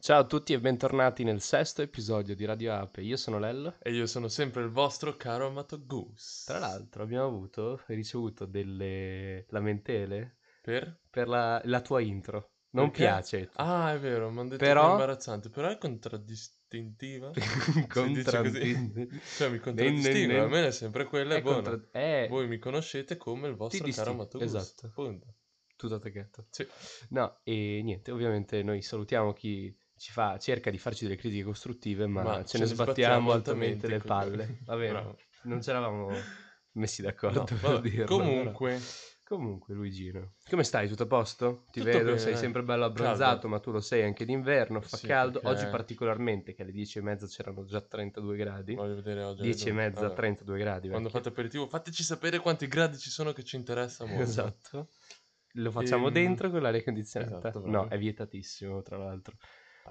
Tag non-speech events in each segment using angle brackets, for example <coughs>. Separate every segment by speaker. Speaker 1: Ciao a tutti e bentornati nel sesto episodio di Radio Ape. Io sono Lello.
Speaker 2: E io sono sempre il vostro caro amato Goose.
Speaker 1: Tra l'altro abbiamo avuto e ricevuto delle lamentele
Speaker 2: Per?
Speaker 1: per la, la tua intro. Non
Speaker 2: Perché?
Speaker 1: piace. <laughs>
Speaker 2: Ah, è vero, mi hanno detto
Speaker 1: Però-
Speaker 2: che è imbarazzante. Però
Speaker 1: <laughs>
Speaker 2: è contraddistintiva.
Speaker 1: Contraddistinti-
Speaker 2: Cioè, mi
Speaker 1: Nen, nen,
Speaker 2: contraddistingue.
Speaker 1: nen.
Speaker 2: A me è sempre quella
Speaker 1: È
Speaker 2: è buona.
Speaker 1: contra- è
Speaker 2: Voi mi conoscete come il vostro
Speaker 1: Ti
Speaker 2: caro
Speaker 1: distingui,
Speaker 2: amato Goose.
Speaker 1: esatto.
Speaker 2: Punto.
Speaker 1: tutto attaccato.
Speaker 2: Sì.
Speaker 1: No, e niente, ovviamente noi salutiamo chi ci fa, cerca di farci delle critiche costruttive, ma, ce, ne sbattiamo altamente le
Speaker 2: coglioni.
Speaker 1: palle. Va bene,
Speaker 2: Bravo.
Speaker 1: non ci eravamo messi d'accordo
Speaker 2: No,
Speaker 1: per
Speaker 2: vabbè,
Speaker 1: dirlo,
Speaker 2: comunque,
Speaker 1: però. Comunque, Luigino, come stai? Tutto a posto? Ti
Speaker 2: Tutto
Speaker 1: vedo,
Speaker 2: bene,
Speaker 1: sei
Speaker 2: dai.
Speaker 1: sempre bello abbronzato,
Speaker 2: Caldo.
Speaker 1: ma tu lo sei anche d'inverno, fa
Speaker 2: Sì,
Speaker 1: caldo.
Speaker 2: perché-
Speaker 1: Oggi particolarmente, che alle 10 e mezza c'erano già 32 gradi.
Speaker 2: <laughs> voglio vedere oggi.
Speaker 1: 10 e
Speaker 2: vedo-
Speaker 1: mezza,
Speaker 2: vabbè.
Speaker 1: 32 gradi.
Speaker 2: Quando
Speaker 1: vecchio.
Speaker 2: fate aperitivo, fateci sapere quanti gradi ci sono che ci interessa molto.
Speaker 1: Esatto. Lo facciamo
Speaker 2: Ehm,
Speaker 1: dentro con l'aria condizionata.
Speaker 2: esatto,
Speaker 1: no,
Speaker 2: bravo.
Speaker 1: è vietatissimo, tra l'all'altro.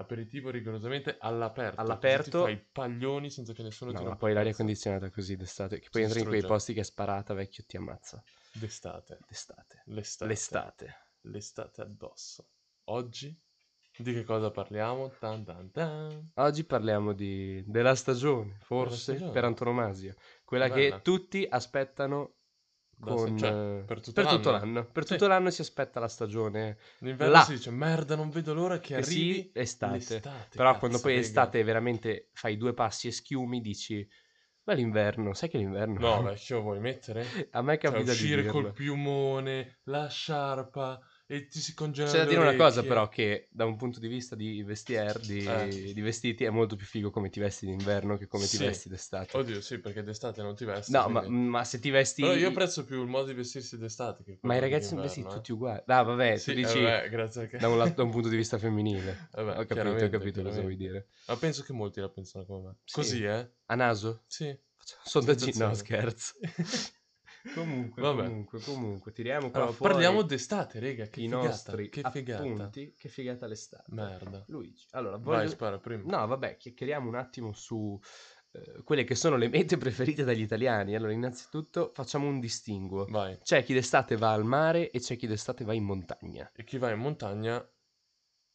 Speaker 2: Aperitivo rigorosamente all'aperto.
Speaker 1: All'aperto.
Speaker 2: Così ti fai i paglioni senza che nessuno
Speaker 1: No,
Speaker 2: ti
Speaker 1: ma
Speaker 2: rompa
Speaker 1: poi
Speaker 2: il
Speaker 1: l'aria
Speaker 2: cazzo.
Speaker 1: condizionata così d'estate, che poi
Speaker 2: Si
Speaker 1: entri in quei
Speaker 2: distrugge.
Speaker 1: posti che è sparata, vecchio, ti ammazza.
Speaker 2: D'estate.
Speaker 1: D'estate.
Speaker 2: L'estate.
Speaker 1: L'estate.
Speaker 2: L'estate addosso. Oggi di che cosa parliamo? Tan tan tan.
Speaker 1: Oggi parliamo di, della stagione, forse,
Speaker 2: stagione.
Speaker 1: per antonomasia. Quella
Speaker 2: Bella.
Speaker 1: che tutti aspettano
Speaker 2: Da-
Speaker 1: con,
Speaker 2: cioè,
Speaker 1: eh,
Speaker 2: per tutto l'anno.
Speaker 1: Per
Speaker 2: Sì.
Speaker 1: tutto l'anno si aspetta la stagione.
Speaker 2: L'inverno
Speaker 1: Là.
Speaker 2: si dice merda, non vedo l'ora che
Speaker 1: Che sì,
Speaker 2: arrivi
Speaker 1: estate.
Speaker 2: l'estate,
Speaker 1: Però
Speaker 2: cazzo,
Speaker 1: quando poi
Speaker 2: raga.
Speaker 1: estate veramente fai due passi e schiumi, dici... Ma l'inverno, sai che l'inverno... <laughs>
Speaker 2: No, vecchio, vuoi mettere?
Speaker 1: A me
Speaker 2: Cioè,
Speaker 1: capita di
Speaker 2: uscire
Speaker 1: dirlo.
Speaker 2: col piumone, la sciarpa e ti si congela
Speaker 1: C'è da
Speaker 2: le
Speaker 1: dire una cosa
Speaker 2: orecchie.
Speaker 1: però che da un punto di vista di vestiaire, di,
Speaker 2: Eh.
Speaker 1: di vestiti, è molto più figo come ti vesti d'inverno che come
Speaker 2: Sì.
Speaker 1: ti vesti d'estate.
Speaker 2: Oddio, sì, perché d'estate non ti vesti.
Speaker 1: no, ma, mm,
Speaker 2: quindi-
Speaker 1: ma se ti vesti...
Speaker 2: Però io apprezzo più il modo di vestirsi d'estate. Che
Speaker 1: Ma
Speaker 2: quello
Speaker 1: i ragazzi sono
Speaker 2: d'inverno,
Speaker 1: vestiti
Speaker 2: eh.
Speaker 1: tutti uguali. Ah, vabbè,
Speaker 2: Sì,
Speaker 1: tu dici
Speaker 2: eh, vabbè, grazie anche-
Speaker 1: da, un, la- da un punto di vista femminile.
Speaker 2: <laughs> Vabbè,
Speaker 1: ho capito, ho
Speaker 2: chiaramente,
Speaker 1: capito cosa
Speaker 2: chiaramente.
Speaker 1: vuoi dire.
Speaker 2: Ma penso che molti la pensano come me.
Speaker 1: Sì.
Speaker 2: Così, eh?
Speaker 1: A naso?
Speaker 2: Sì.
Speaker 1: Facciamo un sondaggino. No,
Speaker 2: Sensazione. <laughs>
Speaker 1: scherzo. comunque,
Speaker 2: Vabbè.
Speaker 1: comunque, comunque, tiriamo qua
Speaker 2: Allora,
Speaker 1: fuori
Speaker 2: parliamo d'estate, raga, che
Speaker 1: i
Speaker 2: figata,
Speaker 1: nostri
Speaker 2: che figata.
Speaker 1: appunti. Che figata l'estate.
Speaker 2: Merda.
Speaker 1: Luigi, allora,
Speaker 2: Vai,
Speaker 1: voglio...
Speaker 2: spara prima.
Speaker 1: No, vabbè, chiacchieriamo un attimo su eh, quelle che sono le mete <laughs> preferite dagli italiani. Allora, innanzitutto facciamo un distinguo.
Speaker 2: Vai.
Speaker 1: C'è chi d'estate va al mare e c'è chi d'estate va in
Speaker 2: <laughs>
Speaker 1: montagna.
Speaker 2: E chi va in montagna,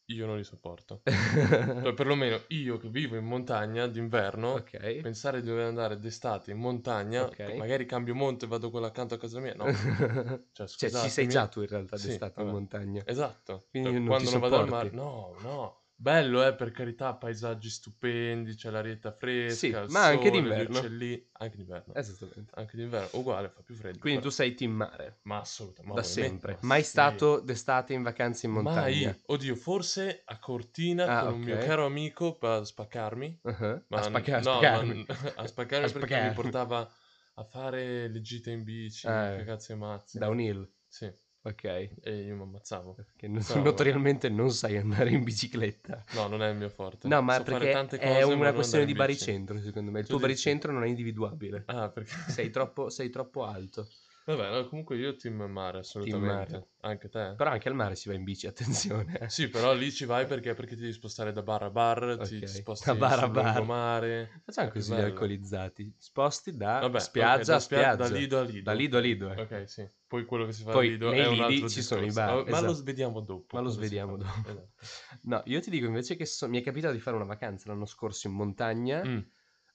Speaker 2: io non li sopporto. Cioè, perlomeno io che vivo in montagna d'inverno,
Speaker 1: ok.
Speaker 2: pensare di dover andare d'estate in montagna,
Speaker 1: Ok.
Speaker 2: che magari cambio monte e vado quello accanto a casa mia,
Speaker 1: <laughs>
Speaker 2: no. Cioè,
Speaker 1: cioè, ci sei
Speaker 2: scusatemi.
Speaker 1: già tu in realtà
Speaker 2: Sì,
Speaker 1: d'estate in
Speaker 2: vabbè.
Speaker 1: montagna.
Speaker 2: Esatto.
Speaker 1: Quindi
Speaker 2: Cioè,
Speaker 1: non
Speaker 2: quando
Speaker 1: ti
Speaker 2: non vado al mare,
Speaker 1: sopporti.
Speaker 2: no, no. Bello, eh, per carità, paesaggi stupendi, c'è l'arietta fresca,
Speaker 1: Sì,
Speaker 2: il
Speaker 1: ma anche
Speaker 2: sole, gli
Speaker 1: d'inverno.
Speaker 2: uccelli- anche d'inverno.
Speaker 1: Esattamente.
Speaker 2: Anche d'inverno, uguale, fa più freddo.
Speaker 1: Quindi
Speaker 2: però.
Speaker 1: tu sei team mare,
Speaker 2: Ma assolutamente. ma
Speaker 1: da
Speaker 2: veramente,
Speaker 1: sempre.
Speaker 2: ma
Speaker 1: Mai
Speaker 2: sì.
Speaker 1: stato d'estate in vacanze in montagna?
Speaker 2: Mai. Oddio, forse a Cortina
Speaker 1: Ah,
Speaker 2: con un
Speaker 1: ok.
Speaker 2: mio caro amico per spaccarmi.
Speaker 1: Uh-huh.
Speaker 2: Ma
Speaker 1: a spacca- a
Speaker 2: no, ma-
Speaker 1: spaccarmi.
Speaker 2: <laughs> a
Speaker 1: <laughs>
Speaker 2: spaccarmi
Speaker 1: A
Speaker 2: perché mi
Speaker 1: spaccarmi.
Speaker 2: portava a fare le gite in bici,
Speaker 1: Eh.
Speaker 2: che cazzo e mazzi.
Speaker 1: Da un hill,
Speaker 2: Sì,
Speaker 1: ok.
Speaker 2: e io mi ammazzavo.
Speaker 1: Perché no- <laughs>
Speaker 2: Bravo.
Speaker 1: notoriamente non sai andare in bicicletta.
Speaker 2: No, non è il mio forte.
Speaker 1: No, ma
Speaker 2: So fare
Speaker 1: perché
Speaker 2: tante
Speaker 1: è
Speaker 2: cose, ma
Speaker 1: una
Speaker 2: non
Speaker 1: questione
Speaker 2: andare
Speaker 1: di
Speaker 2: in bici.
Speaker 1: baricentro, secondo me. Il
Speaker 2: Tu
Speaker 1: tuo
Speaker 2: dici?
Speaker 1: baricentro non è individuabile.
Speaker 2: Ah, perché...
Speaker 1: <laughs> Sei troppo, sei troppo alto.
Speaker 2: Vabbè, no, comunque io team mare, assolutamente.
Speaker 1: mare.
Speaker 2: Anche te?
Speaker 1: Però anche al mare si va in bici, attenzione. eh.
Speaker 2: Sì, però lì ci vai perché, perché ti devi spostare da bar a bar, ti,
Speaker 1: Ok.
Speaker 2: ti sposti
Speaker 1: Da bar a
Speaker 2: sul
Speaker 1: bar.
Speaker 2: lungomare.
Speaker 1: Facciamo
Speaker 2: È più
Speaker 1: così
Speaker 2: bello.
Speaker 1: gli alcolizzati. Sposti da
Speaker 2: Vabbè,
Speaker 1: Ah, spiaggia
Speaker 2: ok, da
Speaker 1: a spiaggia.
Speaker 2: Da Lido a Lido.
Speaker 1: Da Lido a Lido, eh.
Speaker 2: Ok, sì. Poi quello che si fa
Speaker 1: Poi
Speaker 2: a Lido
Speaker 1: nei
Speaker 2: è un
Speaker 1: lidi
Speaker 2: altro
Speaker 1: ci
Speaker 2: discorso.
Speaker 1: sono i bar,
Speaker 2: Ah, Ma
Speaker 1: esatto.
Speaker 2: lo vediamo dopo.
Speaker 1: Ma lo
Speaker 2: cosa si
Speaker 1: svediamo
Speaker 2: fa.
Speaker 1: dopo.
Speaker 2: eh, Esatto.
Speaker 1: No, io ti dico invece che so- mi è capitato di fare una vacanza l'anno scorso in montagna.
Speaker 2: Mm.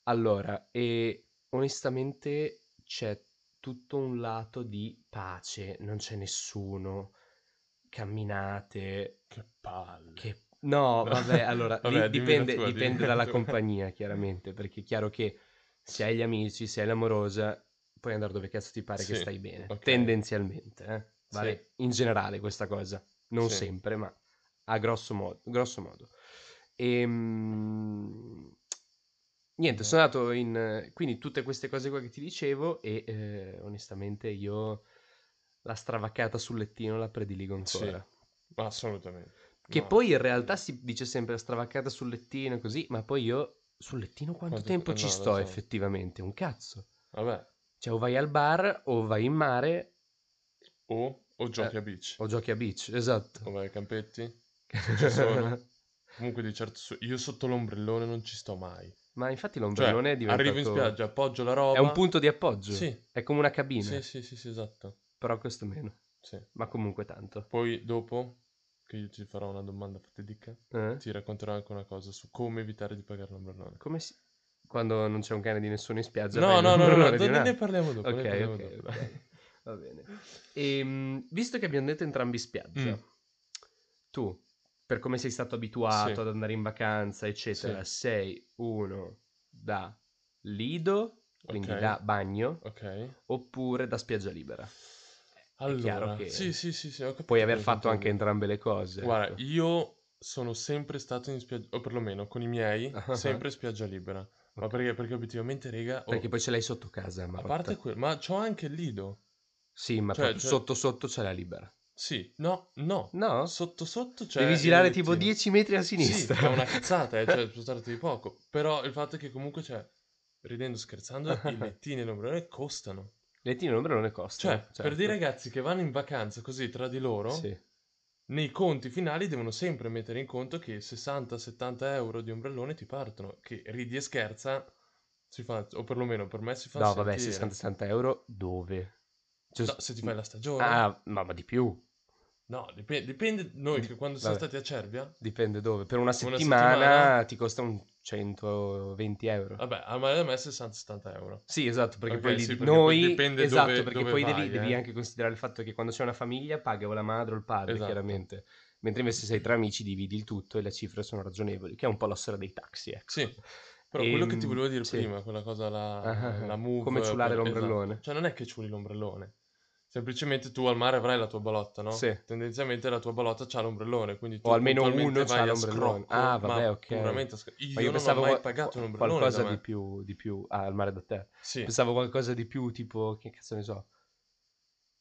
Speaker 1: Allora, e onestamente c'è tutto un lato di pace, non c'è nessuno, camminate,
Speaker 2: Che palle.
Speaker 1: Che... No, vabbè, allora
Speaker 2: <laughs> Vabbè,
Speaker 1: lì
Speaker 2: dimmi
Speaker 1: dipende,
Speaker 2: la tua,
Speaker 1: dipende
Speaker 2: dimmi la
Speaker 1: dalla
Speaker 2: tua.
Speaker 1: compagnia, chiaramente, perché è chiaro che se hai gli amici, se hai l'amorosa, puoi andare dove cazzo ti pare che
Speaker 2: Sì,
Speaker 1: stai bene,
Speaker 2: ok.
Speaker 1: tendenzialmente, eh. Vale in generale questa cosa, non
Speaker 2: Sì.
Speaker 1: sempre, ma a grosso modo. Grosso modo. Ehm, Niente,
Speaker 2: Eh.
Speaker 1: sono andato in... Quindi tutte queste cose qua che ti dicevo e eh, onestamente io la stravaccata sul lettino la prediligo
Speaker 2: Sì.
Speaker 1: ancora.
Speaker 2: Ma assolutamente.
Speaker 1: Che
Speaker 2: No.
Speaker 1: poi in realtà si dice sempre stravaccata sul lettino così, ma poi io sul lettino quanto,
Speaker 2: Quanto-
Speaker 1: tempo
Speaker 2: eh,
Speaker 1: ci
Speaker 2: no, lo
Speaker 1: sto
Speaker 2: so.
Speaker 1: effettivamente? Un cazzo.
Speaker 2: Vabbè,
Speaker 1: Cioè o vai al bar o vai in mare
Speaker 2: o, o giochi a beach,
Speaker 1: Eh. o giochi a beach, esatto.
Speaker 2: o vai ai campetti.
Speaker 1: <laughs>
Speaker 2: ci sono. Comunque di certo su- io sotto l'ombrellone non ci sto mai.
Speaker 1: ma infatti
Speaker 2: Cioè,
Speaker 1: l'ombrellone è diventato...
Speaker 2: arrivo in spiaggia, appoggio la roba.
Speaker 1: È un punto di appoggio.
Speaker 2: Sì.
Speaker 1: È come una cabina,
Speaker 2: Sì, sì, sì, sì, esatto.
Speaker 1: però costa meno.
Speaker 2: Sì.
Speaker 1: Ma comunque tanto.
Speaker 2: Poi dopo che io ti farò una domanda fatidica,
Speaker 1: Eh?
Speaker 2: ti racconterò anche una cosa su come evitare di pagare l'ombrellone.
Speaker 1: Come si... Quando non c'è un cane di nessuno in spiaggia...
Speaker 2: No,
Speaker 1: dai,
Speaker 2: no, no,
Speaker 1: <laughs>
Speaker 2: no,
Speaker 1: non
Speaker 2: no,
Speaker 1: lo di un
Speaker 2: ne, ne
Speaker 1: altro.
Speaker 2: parliamo dopo. ne
Speaker 1: Ok,
Speaker 2: parliamo
Speaker 1: ok,
Speaker 2: dopo.
Speaker 1: ok. <laughs> Va bene. Ehm, visto che abbiamo detto entrambi spiaggia,
Speaker 2: Mm.
Speaker 1: tu, per come sei stato abituato
Speaker 2: Sì.
Speaker 1: ad andare in vacanza, eccetera, sei uno da lido, quindi
Speaker 2: Ok.
Speaker 1: da bagno,
Speaker 2: Ok.
Speaker 1: oppure da spiaggia libera.
Speaker 2: Allora,
Speaker 1: chiaro che
Speaker 2: sì, sì, sì, sì, ho capito
Speaker 1: Puoi aver
Speaker 2: cosa
Speaker 1: fatto anche
Speaker 2: intendi.
Speaker 1: entrambe le cose.
Speaker 2: Guarda,
Speaker 1: ecco.
Speaker 2: io sono sempre stato in spiaggia, o perlomeno con
Speaker 1: <laughs>
Speaker 2: i miei,
Speaker 1: Ah, ah, ah.
Speaker 2: sempre spiaggia libera. Ma
Speaker 1: Ok.
Speaker 2: perché? Perché obiettivamente, rega, oh,
Speaker 1: Perché poi ce l'hai sotto casa,
Speaker 2: a
Speaker 1: Marotta.
Speaker 2: parte quello, ma c'ho anche il lido.
Speaker 1: Sì, ma
Speaker 2: cioè,
Speaker 1: proprio
Speaker 2: cioè-
Speaker 1: sotto sotto ce l'hai libera.
Speaker 2: Sì, no, no.
Speaker 1: No?
Speaker 2: Sotto sotto c'è
Speaker 1: Devi
Speaker 2: Cioè, il
Speaker 1: girare tipo
Speaker 2: lettino.
Speaker 1: 10 metri a sinistra.
Speaker 2: Sì, è una cazzata, eh, cioè spostarti di poco. Però il fatto è che comunque, cioè, ridendo scherzando,
Speaker 1: <laughs>
Speaker 2: i lettini e l'ombrellone costano.
Speaker 1: <laughs> Lettino ombrellone costa.
Speaker 2: Cioè,
Speaker 1: certo.
Speaker 2: per dei ragazzi che vanno in vacanza così tra di loro,
Speaker 1: Sì.
Speaker 2: nei conti finali devono sempre mettere in conto che 60-70 euro di ombrellone ti partono. Che ridi e scherza, si fa, o perlomeno per me si fa
Speaker 1: No, vabbè,
Speaker 2: sentire.
Speaker 1: 60-60 euro dove? Cioè,
Speaker 2: No, se ti fai la stagione.
Speaker 1: Ah, ma, ma di più.
Speaker 2: No, dipende, dipende- Noi
Speaker 1: Di-
Speaker 2: che quando siamo
Speaker 1: vabbè.
Speaker 2: stati a Cervia,
Speaker 1: Dipende dove. Per una settimana,
Speaker 2: settimana?
Speaker 1: ti costa un 120 euro.
Speaker 2: vabbè, a me da me 60-70 euro.
Speaker 1: Sì, esatto, perché
Speaker 2: Ok,
Speaker 1: poi lì
Speaker 2: sì, perché
Speaker 1: noi...
Speaker 2: poi dipende
Speaker 1: esatto,
Speaker 2: dove-
Speaker 1: perché
Speaker 2: dove
Speaker 1: poi
Speaker 2: vai,
Speaker 1: devi,
Speaker 2: eh.
Speaker 1: devi anche considerare il fatto che quando c'è una famiglia paga o la madre o il padre,
Speaker 2: Esatto.
Speaker 1: chiaramente. Mentre invece se sei tra amici dividi il tutto e le cifre sono ragionevoli, che è un po' la storia dei taxi, ecco.
Speaker 2: Sì, Però quello che ti
Speaker 1: Ehm,
Speaker 2: volevo dire
Speaker 1: sì.
Speaker 2: prima, quella cosa, la,
Speaker 1: Ah,
Speaker 2: la move...
Speaker 1: come ciulare
Speaker 2: esatto.
Speaker 1: l'ombrellone.
Speaker 2: Cioè non è che ciuli l'ombrellone. Semplicemente tu al mare avrai la tua balotta, no?
Speaker 1: Sì.
Speaker 2: Tendenzialmente la tua balotta c'ha l'ombrellone, quindi tu
Speaker 1: O almeno
Speaker 2: puntualmente
Speaker 1: uno c'ha
Speaker 2: vai a
Speaker 1: l'ombrellone.
Speaker 2: scrocco,
Speaker 1: Ah, vabbè,
Speaker 2: ma
Speaker 1: ok.
Speaker 2: puramente a sc- Io,
Speaker 1: Ma
Speaker 2: non ho mai
Speaker 1: qual-
Speaker 2: pagato un
Speaker 1: qual-
Speaker 2: ombrellone da
Speaker 1: Qualcosa
Speaker 2: me.
Speaker 1: di più, di più ah, al mare da te.
Speaker 2: Sì.
Speaker 1: Pensavo qualcosa di più, tipo, che cazzo ne so.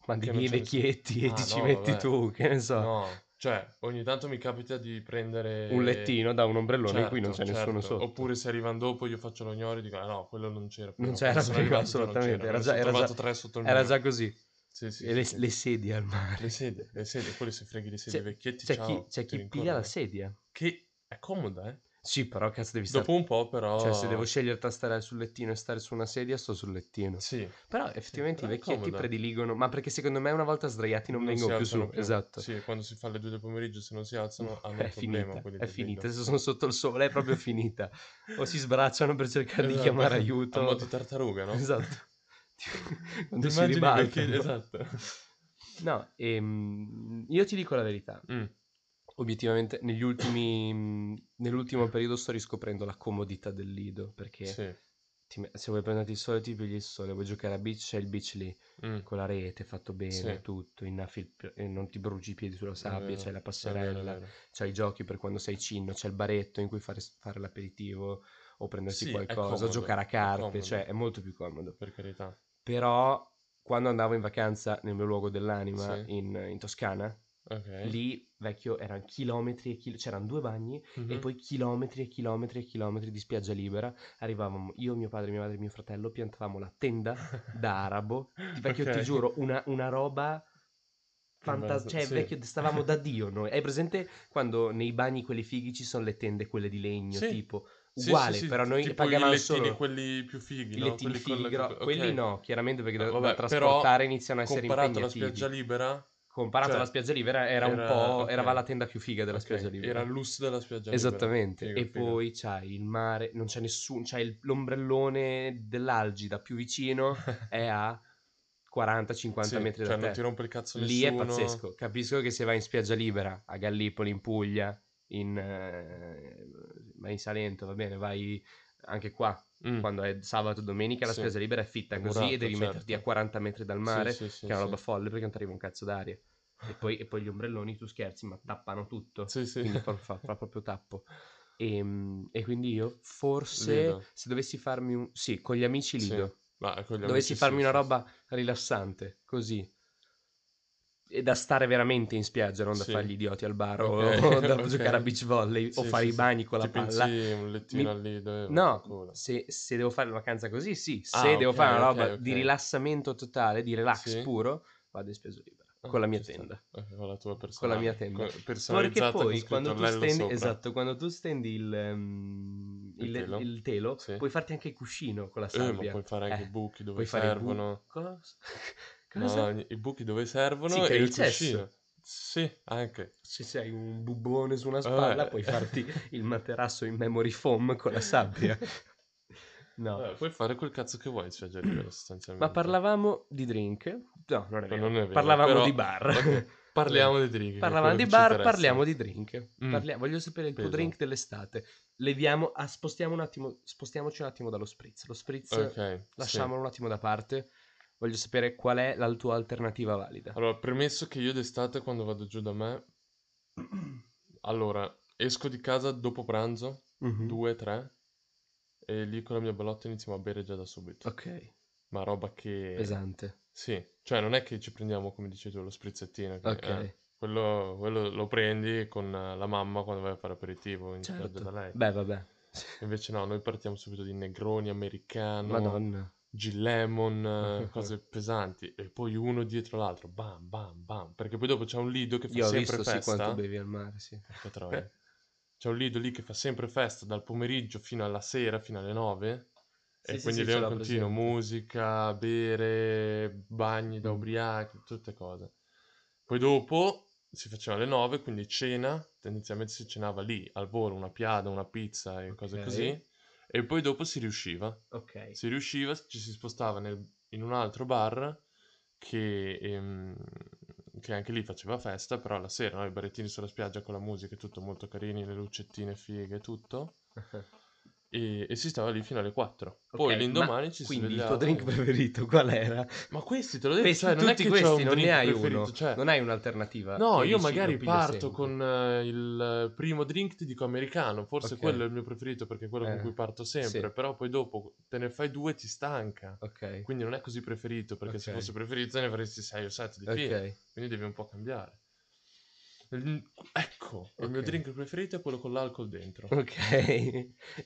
Speaker 1: Mandi
Speaker 2: Che
Speaker 1: via
Speaker 2: non
Speaker 1: i
Speaker 2: c'è nessuno.
Speaker 1: vecchietti e
Speaker 2: Ah,
Speaker 1: ti ci
Speaker 2: no,
Speaker 1: metti
Speaker 2: vabbè.
Speaker 1: tu, che ne so.
Speaker 2: No, cioè ogni tanto mi capita di prendere...
Speaker 1: Un lettino da un ombrellone in
Speaker 2: Certo,
Speaker 1: cui non c'è nessuno
Speaker 2: certo.
Speaker 1: sotto.
Speaker 2: Oppure se arrivano dopo io faccio l'ognore e dico, ah no, quello non c'era prima.
Speaker 1: Non c'era
Speaker 2: Sono
Speaker 1: prima,
Speaker 2: arrivato, non
Speaker 1: assolutamente.
Speaker 2: c'era, me
Speaker 1: Era
Speaker 2: ne
Speaker 1: già,
Speaker 2: sono
Speaker 1: era
Speaker 2: trovato
Speaker 1: già,
Speaker 2: tre sotto il
Speaker 1: era
Speaker 2: muro.
Speaker 1: già così.
Speaker 2: Sì, sì,
Speaker 1: E le,
Speaker 2: sì, sì.
Speaker 1: le sedie al mare.
Speaker 2: Le sedie, le sedie, quelli si freghi le sedie
Speaker 1: C'è-
Speaker 2: vecchietti,
Speaker 1: c'è
Speaker 2: ciao,
Speaker 1: chi, c'è chi
Speaker 2: ti
Speaker 1: piglia
Speaker 2: rincorrono.
Speaker 1: la sedia.
Speaker 2: Che è comoda, eh?
Speaker 1: Sì, però cazzo devi stare...
Speaker 2: Dopo un po' però...
Speaker 1: Cioè, se devo scegliere tra stare sul lettino e stare su una sedia, sto sul lettino.
Speaker 2: Sì.
Speaker 1: Però effettivamente
Speaker 2: però
Speaker 1: i
Speaker 2: è
Speaker 1: vecchietti
Speaker 2: comoda.
Speaker 1: prediligono, ma perché secondo me una volta sdraiati non,
Speaker 2: si
Speaker 1: vengono più
Speaker 2: alzano
Speaker 1: su, esatto.
Speaker 2: Sì, quando si fa le due del pomeriggio se Ah, non si alzano hanno
Speaker 1: <laughs> è
Speaker 2: un problema
Speaker 1: finita,
Speaker 2: quelli
Speaker 1: è
Speaker 2: del
Speaker 1: finita,
Speaker 2: lido.
Speaker 1: se sono sotto il sole è proprio finita. O si sbracciano per cercare di
Speaker 2: Esatto,
Speaker 1: chiamare
Speaker 2: A
Speaker 1: aiuto.
Speaker 2: mo' di tartaruga, no? <laughs>
Speaker 1: Esatto. Ti- <laughs> Quando si
Speaker 2: Immagini i
Speaker 1: ribalta.
Speaker 2: vecchietti- Esatto.
Speaker 1: No, ehm, io ti dico la verità.
Speaker 2: <laughs> Mm,
Speaker 1: Obiettivamente, negli ultimi, nell'ultimo periodo sto riscoprendo la comodità del Lido, perché
Speaker 2: Sì.
Speaker 1: ti me- se vuoi prenderti il sole ti pigli il sole, vuoi giocare a beach, c'è il beach lì.
Speaker 2: mm.
Speaker 1: con la rete, fatto bene,
Speaker 2: Sì. Eh,
Speaker 1: tutto, innaffi il pi- e non ti bruci i piedi sulla
Speaker 2: È
Speaker 1: sabbia, c'hai
Speaker 2: vero,
Speaker 1: la
Speaker 2: è vero, è
Speaker 1: passerella,
Speaker 2: vero.
Speaker 1: c'hai i giochi per quando sei cinno, c'è il baretto in cui fare, fare l'aperitivo o prendersi
Speaker 2: Sì, è
Speaker 1: qualcosa,
Speaker 2: comodo,
Speaker 1: giocare a
Speaker 2: è
Speaker 1: carte,
Speaker 2: comodo.
Speaker 1: cioè è molto più comodo.
Speaker 2: Per carità.
Speaker 1: Però quando andavo in vacanza nel mio luogo dell'anima
Speaker 2: Sì.
Speaker 1: in, in Toscana,
Speaker 2: Ok.
Speaker 1: lì vecchio erano chilometri e chilometri, c'erano due bagni e
Speaker 2: Mhm.
Speaker 1: poi chilometri e chilometri e chilometri di spiaggia libera. Arrivavamo io, mio padre, mia madre e mio fratello, piantavamo la
Speaker 2: <laughs>
Speaker 1: tenda da arabo. Ti, vecchio,
Speaker 2: Ok.
Speaker 1: ti giuro, una, una roba fantastica.
Speaker 2: Imbarazzante,
Speaker 1: Cioè,
Speaker 2: sì.
Speaker 1: vecchio, stavamo da Dio noi. Hai presente quando nei bagni quelli fighi ci sono le tende, quelle di legno,
Speaker 2: Sì.
Speaker 1: tipo?
Speaker 2: Sì,
Speaker 1: Uguale,
Speaker 2: sì, sì,
Speaker 1: però noi
Speaker 2: tipo
Speaker 1: pagavamo
Speaker 2: i lettini
Speaker 1: solo...
Speaker 2: quelli più fighi,
Speaker 1: I
Speaker 2: no?
Speaker 1: lettini
Speaker 2: quelli con
Speaker 1: fighi,
Speaker 2: la-
Speaker 1: gro-
Speaker 2: ok.
Speaker 1: quelli no, chiaramente perché da, da
Speaker 2: No, vabbè, però,
Speaker 1: trasportare iniziano a essere
Speaker 2: Comparato
Speaker 1: impegnativi.
Speaker 2: alla spiaggia libera,
Speaker 1: Comparato
Speaker 2: cioè,
Speaker 1: alla spiaggia libera era, un
Speaker 2: era-
Speaker 1: po'...
Speaker 2: ok.
Speaker 1: Eravamo la tenda più figa della
Speaker 2: ok,
Speaker 1: spiaggia libera.
Speaker 2: era il lusso della spiaggia libera.
Speaker 1: Esattamente,
Speaker 2: Figo,
Speaker 1: e
Speaker 2: figo.
Speaker 1: poi c'hai il mare, non c'è nessuno, c'è il- l'ombrellone dell'Algida più
Speaker 2: <laughs>
Speaker 1: vicino, è a 40-50
Speaker 2: Sì,
Speaker 1: metri da
Speaker 2: cioè, non ti
Speaker 1: te.
Speaker 2: rompe il cazzo
Speaker 1: Lì è
Speaker 2: nessuno.
Speaker 1: pazzesco. Capisco che se vai in spiaggia libera, a Gallipoli, in Puglia, in, eh, vai in Salento, va bene, vai anche qua,
Speaker 2: Mm.
Speaker 1: quando è sabato, domenica, la
Speaker 2: Sì.
Speaker 1: spiaggia libera è fitta
Speaker 2: È
Speaker 1: così
Speaker 2: murato,
Speaker 1: e devi
Speaker 2: certo.
Speaker 1: metterti a 40 metri dal
Speaker 2: Sì,
Speaker 1: mare,
Speaker 2: sì,
Speaker 1: che
Speaker 2: sì,
Speaker 1: è una
Speaker 2: sì.
Speaker 1: roba folle perché non ti arriva un cazzo d'aria. E poi, e poi gli ombrelloni, tu scherzi, ma tappano tutto
Speaker 2: Sì, sì.
Speaker 1: quindi fa, fa- fa proprio tappo. Ehm, E, quindi io forse
Speaker 2: Lido.
Speaker 1: se dovessi farmi un... Sì, con gli amici
Speaker 2: Sì,
Speaker 1: Lido.
Speaker 2: <laughs> Ma con gli
Speaker 1: dovessi
Speaker 2: amici sì,
Speaker 1: farmi una
Speaker 2: sì,
Speaker 1: roba rilassante, così. E da stare veramente in spiaggia, non da
Speaker 2: Sì.
Speaker 1: fare gli idioti al bar
Speaker 2: Ok,
Speaker 1: <laughs> o da
Speaker 2: <laughs> ok.
Speaker 1: giocare a beach volley o
Speaker 2: Sì,
Speaker 1: fare
Speaker 2: sì,
Speaker 1: i
Speaker 2: sì.
Speaker 1: bagni con la
Speaker 2: Ti
Speaker 1: palla.
Speaker 2: pensi un lettino
Speaker 1: Mi-
Speaker 2: lì dove
Speaker 1: No, se, se devo fare una vacanza così, sì. Se
Speaker 2: Ah,
Speaker 1: devo
Speaker 2: ok,
Speaker 1: fare una
Speaker 2: ok,
Speaker 1: roba
Speaker 2: ok.
Speaker 1: di rilassamento totale, di relax
Speaker 2: Sì. Ah,
Speaker 1: puro, vado in spiaggia libera, con la mia tenda.
Speaker 2: Eh, con la tua
Speaker 1: Con
Speaker 2: persona.
Speaker 1: la mia tenda.
Speaker 2: Personalizzata
Speaker 1: Perché
Speaker 2: con
Speaker 1: poi
Speaker 2: scritto
Speaker 1: quando tu
Speaker 2: Lello
Speaker 1: stendi,
Speaker 2: sopra.
Speaker 1: esatto, quando tu stendi il, ehm,
Speaker 2: Il
Speaker 1: il-
Speaker 2: telo.
Speaker 1: il telo,
Speaker 2: Sì.
Speaker 1: puoi farti anche il cuscino con la
Speaker 2: Eh,
Speaker 1: sabbia.
Speaker 2: ma puoi fare anche
Speaker 1: Eh,
Speaker 2: i buchi dove
Speaker 1: puoi fare i bu-
Speaker 2: servono.
Speaker 1: Cosa? <laughs>
Speaker 2: No,
Speaker 1: Cosa?
Speaker 2: i buchi dove servono
Speaker 1: Sì,
Speaker 2: e
Speaker 1: crei
Speaker 2: il
Speaker 1: il cesso.
Speaker 2: cuscino. Sì, anche.
Speaker 1: Se sei un bubbone su una spalla,
Speaker 2: Eh.
Speaker 1: puoi farti il materasso in memory foam con la
Speaker 2: <laughs>
Speaker 1: sabbia. No.
Speaker 2: Eh, puoi fare quel cazzo che vuoi, cioè,
Speaker 1: <clears throat>
Speaker 2: già libero sostanzialmente.
Speaker 1: Ma parlavamo di drink? No, non è
Speaker 2: No,
Speaker 1: vero.
Speaker 2: non è vero,
Speaker 1: parlavamo
Speaker 2: però-
Speaker 1: di
Speaker 2: <laughs>
Speaker 1: bar.
Speaker 2: Ok, Parliamo di drink.
Speaker 1: <laughs>
Speaker 2: che
Speaker 1: Parlavamo
Speaker 2: quello
Speaker 1: di
Speaker 2: che ci
Speaker 1: bar,
Speaker 2: interessa.
Speaker 1: parliamo di drink.
Speaker 2: Mm.
Speaker 1: Parlia- voglio sapere il tuo
Speaker 2: Peso.
Speaker 1: drink dell'estate. Leviamo, ah, spostiamo un attimo, spostiamoci un attimo dallo spritz. Lo spritz
Speaker 2: Ok,
Speaker 1: lasciamolo un attimo da parte. Voglio sapere qual è la tua alternativa valida.
Speaker 2: sì. Allora, premesso che io d'estate quando vado giù da me, <clears throat> allora, esco di casa dopo pranzo,
Speaker 1: Mhm.
Speaker 2: due, tre, e lì con la mia balotta iniziamo a bere già da subito.
Speaker 1: Ok,
Speaker 2: Ma roba che...
Speaker 1: pesante.
Speaker 2: Sì, cioè non è che ci prendiamo, come dici tu, lo sprizzettino. che-
Speaker 1: Ok.
Speaker 2: eh, quello, quello lo prendi con eh, la mamma quando vai a fare aperitivo, in
Speaker 1: Certo.
Speaker 2: viaggio da lei.
Speaker 1: Beh, vabbè.
Speaker 2: Invece no, noi partiamo subito di Negroni americano,
Speaker 1: Madonna.
Speaker 2: Gin Lemon,
Speaker 1: <laughs>
Speaker 2: eh, cose pesanti. E poi uno dietro l'altro, bam, bam, bam. Perché poi dopo c'è un lido che fa
Speaker 1: Io ho
Speaker 2: sempre
Speaker 1: visto sì,
Speaker 2: festa.
Speaker 1: quanto bevi al mare, sì. <laughs>
Speaker 2: Porca troia. Eh. C'è un lido lì che fa sempre festa dal pomeriggio fino alla sera, fino alle 9.
Speaker 1: Sì,
Speaker 2: e
Speaker 1: sì,
Speaker 2: quindi
Speaker 1: sì,
Speaker 2: lì è
Speaker 1: ce
Speaker 2: un
Speaker 1: l'ho
Speaker 2: continuo,
Speaker 1: presente.
Speaker 2: musica, bere, bagni da
Speaker 1: Mm.
Speaker 2: ubriachi, tutte cose. Poi dopo si faceva alle 9, quindi cena, tendenzialmente si cenava lì, al volo, una piada, una pizza e cose
Speaker 1: Ok.
Speaker 2: così. E poi dopo si riusciva.
Speaker 1: Ok.
Speaker 2: Si riusciva, ci si spostava nel- in un altro bar che, ehm, che anche lì faceva festa, però la sera, no? i barettini sulla spiaggia con la musica e tutto molto carini, le lucettine fighe e
Speaker 1: <laughs>
Speaker 2: tutto, e, e si stava lì fino alle 4. Poi
Speaker 1: Ok,
Speaker 2: l'indomani
Speaker 1: ma
Speaker 2: ci si
Speaker 1: Quindi il
Speaker 2: svegliava.
Speaker 1: tuo drink
Speaker 2: e-
Speaker 1: preferito qual era?
Speaker 2: Ma questi te l'ho detto,
Speaker 1: Questi-
Speaker 2: cioè, non è
Speaker 1: tutti
Speaker 2: che c'ho
Speaker 1: questi
Speaker 2: un
Speaker 1: non ne
Speaker 2: drink
Speaker 1: hai
Speaker 2: preferito,
Speaker 1: uno.
Speaker 2: cioè-
Speaker 1: Non hai un'alternativa.
Speaker 2: No,
Speaker 1: che
Speaker 2: io
Speaker 1: dici, lo
Speaker 2: magari
Speaker 1: piglio
Speaker 2: parto
Speaker 1: sempre.
Speaker 2: con eh, il eh, primo drink, ti dico americano, forse
Speaker 1: Ok.
Speaker 2: quello è il mio preferito perché è quello con
Speaker 1: Eh,
Speaker 2: cui parto sempre,
Speaker 1: sì.
Speaker 2: però poi dopo te ne fai due e ti stanca.
Speaker 1: Ok.
Speaker 2: Quindi non è così preferito, perché se
Speaker 1: Ok.
Speaker 2: fosse preferito ne avresti 6 o 7 di
Speaker 1: Ok.
Speaker 2: fila, quindi devi un po' cambiare. Il- Ecco, il mio
Speaker 1: Ok.
Speaker 2: drink preferito è quello con l'alcol dentro.
Speaker 1: <laughs> Ok.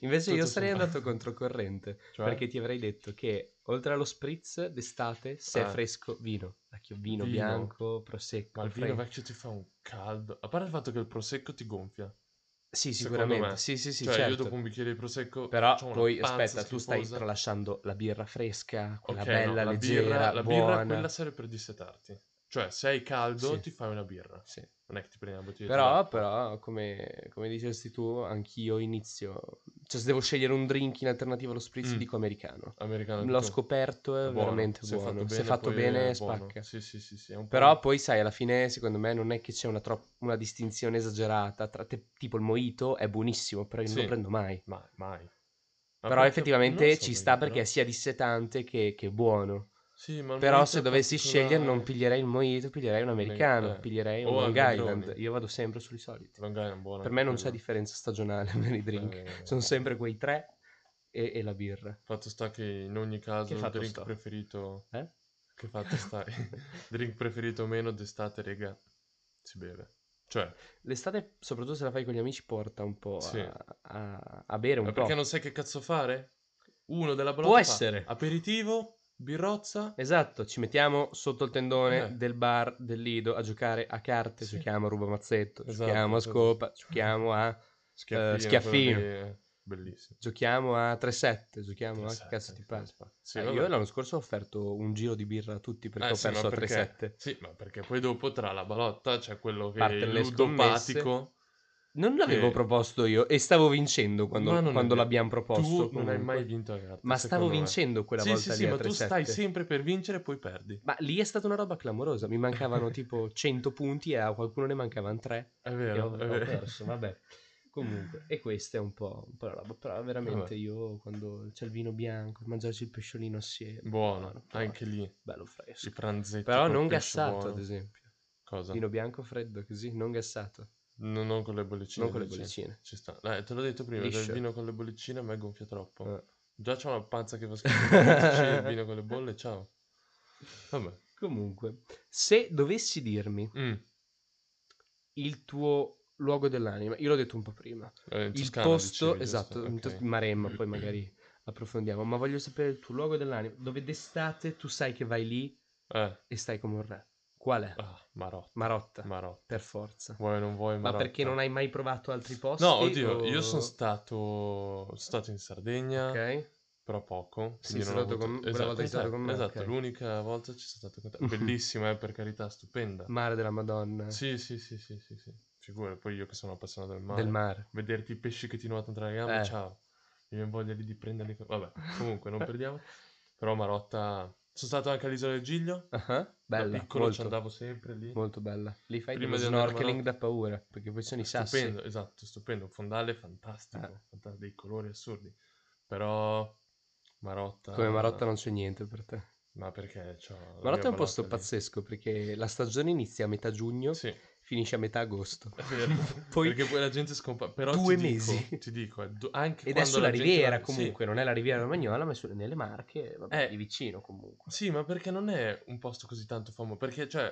Speaker 1: Invece io
Speaker 2: Tutto
Speaker 1: sarei
Speaker 2: sommato.
Speaker 1: andato controcorrente.
Speaker 2: Cioè,
Speaker 1: Perché ti avrei detto che oltre allo spritz d'estate, se è
Speaker 2: Ah.
Speaker 1: fresco, vino. Vecchio vino,
Speaker 2: Vino.
Speaker 1: bianco, prosecco.
Speaker 2: ma il vino
Speaker 1: fresco.
Speaker 2: vecchio ti fa un caldo, a parte il fatto che il prosecco ti gonfia.
Speaker 1: Sì,
Speaker 2: secondo
Speaker 1: sicuramente.
Speaker 2: me.
Speaker 1: Sì, sì, sì,
Speaker 2: cioè io
Speaker 1: certo.
Speaker 2: dopo un bicchiere di prosecco
Speaker 1: Però
Speaker 2: c'ho una
Speaker 1: poi,
Speaker 2: panza
Speaker 1: aspetta, tu stai
Speaker 2: schifosa.
Speaker 1: tralasciando la birra fresca, quella
Speaker 2: Ok, no,
Speaker 1: bella,
Speaker 2: la
Speaker 1: leggera,
Speaker 2: birra, la
Speaker 1: buona.
Speaker 2: birra quella serve per dissetarti. Cioè, se hai caldo,
Speaker 1: Sì.
Speaker 2: ti fai una birra.
Speaker 1: Sì.
Speaker 2: Non è che ti prendi una bottiglia
Speaker 1: Però,
Speaker 2: d'acqua.
Speaker 1: però, come, come dicesti tu, anch'io inizio... Cioè, se devo scegliere un drink in alternativa allo spritz,
Speaker 2: Mm.
Speaker 1: dico americano.
Speaker 2: Americano
Speaker 1: L'ho
Speaker 2: tu.
Speaker 1: scoperto, è
Speaker 2: Buono,
Speaker 1: veramente
Speaker 2: se
Speaker 1: buono.
Speaker 2: Fatto
Speaker 1: se fatto
Speaker 2: poi
Speaker 1: bene,
Speaker 2: è buono.
Speaker 1: spacca.
Speaker 2: Sì, sì, sì, sì, è un po'
Speaker 1: Però poi, sai, alla fine, secondo me, non è che c'è una, tro- una distinzione esagerata. Tra te- tipo, il mojito è buonissimo, però io non
Speaker 2: Sì.
Speaker 1: lo prendo mai.
Speaker 2: Mai, mai. Ma
Speaker 1: però
Speaker 2: perché- non
Speaker 1: effettivamente
Speaker 2: so
Speaker 1: ci sta perché
Speaker 2: però.
Speaker 1: è sia dissetante che, che buono.
Speaker 2: Sì, ma il
Speaker 1: Però
Speaker 2: momento
Speaker 1: se
Speaker 2: è
Speaker 1: dovessi scegliere non
Speaker 2: particolare.
Speaker 1: piglierei il mojito, piglierei un americano,
Speaker 2: eh.
Speaker 1: piglierei un
Speaker 2: O al
Speaker 1: Long
Speaker 2: Negroni.
Speaker 1: Island. Io vado sempre sui soliti.
Speaker 2: Long Island è buono
Speaker 1: Per me non
Speaker 2: anche
Speaker 1: c'è differenza stagionale <laughs> per i
Speaker 2: quello.
Speaker 1: drink.
Speaker 2: Eh,
Speaker 1: Sono sempre quei tre e, e la birra.
Speaker 2: Fatto sta che in ogni caso
Speaker 1: Che
Speaker 2: il
Speaker 1: fatto
Speaker 2: drink
Speaker 1: sta?
Speaker 2: preferito...
Speaker 1: Eh?
Speaker 2: Che fatto
Speaker 1: <laughs>
Speaker 2: sta? drink preferito o meno d'estate, rega, si beve. Cioè,
Speaker 1: L'estate, soprattutto se la fai con gli amici, porta un po' a,
Speaker 2: Sì.
Speaker 1: a- a bere un
Speaker 2: Ma
Speaker 1: po'.
Speaker 2: perché non sai che cazzo fare? Uno della
Speaker 1: Può
Speaker 2: balotta fa
Speaker 1: essere.
Speaker 2: aperitivo, birrozza.
Speaker 1: Esatto, ci mettiamo sotto il tendone
Speaker 2: Eh.
Speaker 1: del bar del Lido a giocare a carte,
Speaker 2: Sì.
Speaker 1: giochiamo a ruba mazzetto,
Speaker 2: Esatto,
Speaker 1: giochiamo a
Speaker 2: esatto.
Speaker 1: scopa, giochiamo a
Speaker 2: Schiaffino.
Speaker 1: Eh, schiaffino.
Speaker 2: quello lì è Bellissimo.
Speaker 1: Giochiamo a 3-7, giochiamo a che
Speaker 2: Interessante,
Speaker 1: cazzo ti pare.
Speaker 2: interessante. Sì,
Speaker 1: Eh,
Speaker 2: vabbè.
Speaker 1: io l'anno scorso ho offerto un giro di birra a tutti perché
Speaker 2: Eh,
Speaker 1: ho
Speaker 2: sì, ma
Speaker 1: perso a
Speaker 2: perché-
Speaker 1: 3-7.
Speaker 2: Sì, ma perché poi dopo tra la balotta c'è quello che è
Speaker 1: Parte
Speaker 2: il
Speaker 1: le scommesse.
Speaker 2: ludopatico.
Speaker 1: Non l'avevo
Speaker 2: Che-
Speaker 1: proposto io e stavo vincendo
Speaker 2: Ma non
Speaker 1: quando,
Speaker 2: è
Speaker 1: quando
Speaker 2: vero.
Speaker 1: l'abbiamo proposto.
Speaker 2: tu non
Speaker 1: comunque.
Speaker 2: hai mai vinto a carte,
Speaker 1: Ma stavo
Speaker 2: secondo me.
Speaker 1: vincendo quella
Speaker 2: sì,
Speaker 1: volta
Speaker 2: sì,
Speaker 1: lì
Speaker 2: sì,
Speaker 1: a
Speaker 2: ma
Speaker 1: 3-7.
Speaker 2: tu stai sempre per vincere e poi perdi.
Speaker 1: Ma lì è stata una roba clamorosa. Mi mancavano tipo 100 punti e a qualcuno ne mancavano 3.
Speaker 2: È
Speaker 1: E
Speaker 2: vero,
Speaker 1: ho,
Speaker 2: è
Speaker 1: ho
Speaker 2: vero.
Speaker 1: perso, vabbè. Comunque, e questa è un po', un po' la roba. Però veramente
Speaker 2: Vabbè.
Speaker 1: io quando c'è il vino bianco, mangiarci il pesciolino assieme.
Speaker 2: Buono, anche lì
Speaker 1: Bello
Speaker 2: i
Speaker 1: fresco.
Speaker 2: pranzetti.
Speaker 1: Però
Speaker 2: col
Speaker 1: non
Speaker 2: pesce
Speaker 1: gassato,
Speaker 2: buono.
Speaker 1: ad esempio.
Speaker 2: Cosa?
Speaker 1: Vino bianco freddo, così, non gassato.
Speaker 2: No, non con le bollicine.
Speaker 1: non con le
Speaker 2: dici?
Speaker 1: bollicine.
Speaker 2: Ci sta. Dai, te l'ho detto prima, cioè, il
Speaker 1: Liscio.
Speaker 2: vino con le bollicine a me gonfia troppo.
Speaker 1: Eh.
Speaker 2: Già c'ho una panza che fa schifo. Mettici il vino con le bolle, ciao. Vabbè.
Speaker 1: Comunque, se dovessi dirmi
Speaker 2: Mm.
Speaker 1: il tuo luogo dell'anima, io l'ho detto un po' prima.
Speaker 2: Eh,
Speaker 1: il
Speaker 2: in Toscana,
Speaker 1: posto,
Speaker 2: dicevi, giusto?
Speaker 1: esatto, in
Speaker 2: Ok.
Speaker 1: Tos- in Maremma, poi
Speaker 2: <clears throat>
Speaker 1: magari approfondiamo, ma voglio sapere il tuo luogo dell'anima, dove d'estate tu sai che vai lì
Speaker 2: Eh,
Speaker 1: e stai come un re. Qual è?
Speaker 2: ah, Marotta.
Speaker 1: Marotta,
Speaker 2: Marotta.
Speaker 1: per forza.
Speaker 2: Vuoi o non vuoi
Speaker 1: Ma
Speaker 2: Marotta?
Speaker 1: perché non hai mai provato altri posti?
Speaker 2: No, oddio,
Speaker 1: o-
Speaker 2: io sono stato... sono stato in Sardegna,
Speaker 1: Ok.
Speaker 2: però poco.
Speaker 1: Sì,
Speaker 2: quindi
Speaker 1: sono
Speaker 2: non ho
Speaker 1: andato
Speaker 2: avuto-
Speaker 1: con- quella volta che sei
Speaker 2: esatto,
Speaker 1: stato con me,
Speaker 2: Esatto,
Speaker 1: ok.
Speaker 2: l'unica volta ci sono
Speaker 1: <laughs>
Speaker 2: stato con te. Bellissima, eh, per carità, stupenda.
Speaker 1: Mare della Madonna.
Speaker 2: Sì, sì, sì, sì, sì, sì. Figura, poi io che sono appassionato del mare.
Speaker 1: Del mare.
Speaker 2: Vederti i pesci che ti nuotano tra le gambe,
Speaker 1: Eh.
Speaker 2: ciao. Mi viene voglia lì di prenderli. co- Vabbè,
Speaker 1: <laughs>
Speaker 2: comunque, non perdiamo. Però Marotta... Sono stato anche all'isola del Giglio.
Speaker 1: Ah, Bella,
Speaker 2: da piccolo
Speaker 1: molto,
Speaker 2: ci andavo sempre lì.
Speaker 1: molto bella. Lì fai
Speaker 2: Prima
Speaker 1: dello
Speaker 2: di andare a
Speaker 1: snorkeling
Speaker 2: Marocco.
Speaker 1: da paura, perché poi sono i sassi.
Speaker 2: Stupendo, esatto, stupendo. Un fondale fantastico,
Speaker 1: Eh.
Speaker 2: fanta- dei colori assurdi. Però Marotta...
Speaker 1: Come Marotta non c'è niente per te.
Speaker 2: Ma perché? c'ho la mia
Speaker 1: Marotta è un posto
Speaker 2: lì.
Speaker 1: pazzesco perché la stagione inizia a metà giugno,
Speaker 2: Sì.
Speaker 1: finisce a metà agosto.
Speaker 2: È <laughs> vero.
Speaker 1: <laughs> Poi
Speaker 2: perché poi la gente scompare. Però
Speaker 1: due
Speaker 2: ti
Speaker 1: mesi.
Speaker 2: Dico, ti dico, eh, do- anche
Speaker 1: Ed è
Speaker 2: quando
Speaker 1: sulla
Speaker 2: la gente
Speaker 1: riviera
Speaker 2: va- sì.
Speaker 1: comunque, non è la riviera romagnola, ma è sulle- nelle Marche, vabbè,
Speaker 2: Eh.
Speaker 1: di vicino comunque.
Speaker 2: Sì, ma perché non è un posto così tanto famoso? Perché, cioè,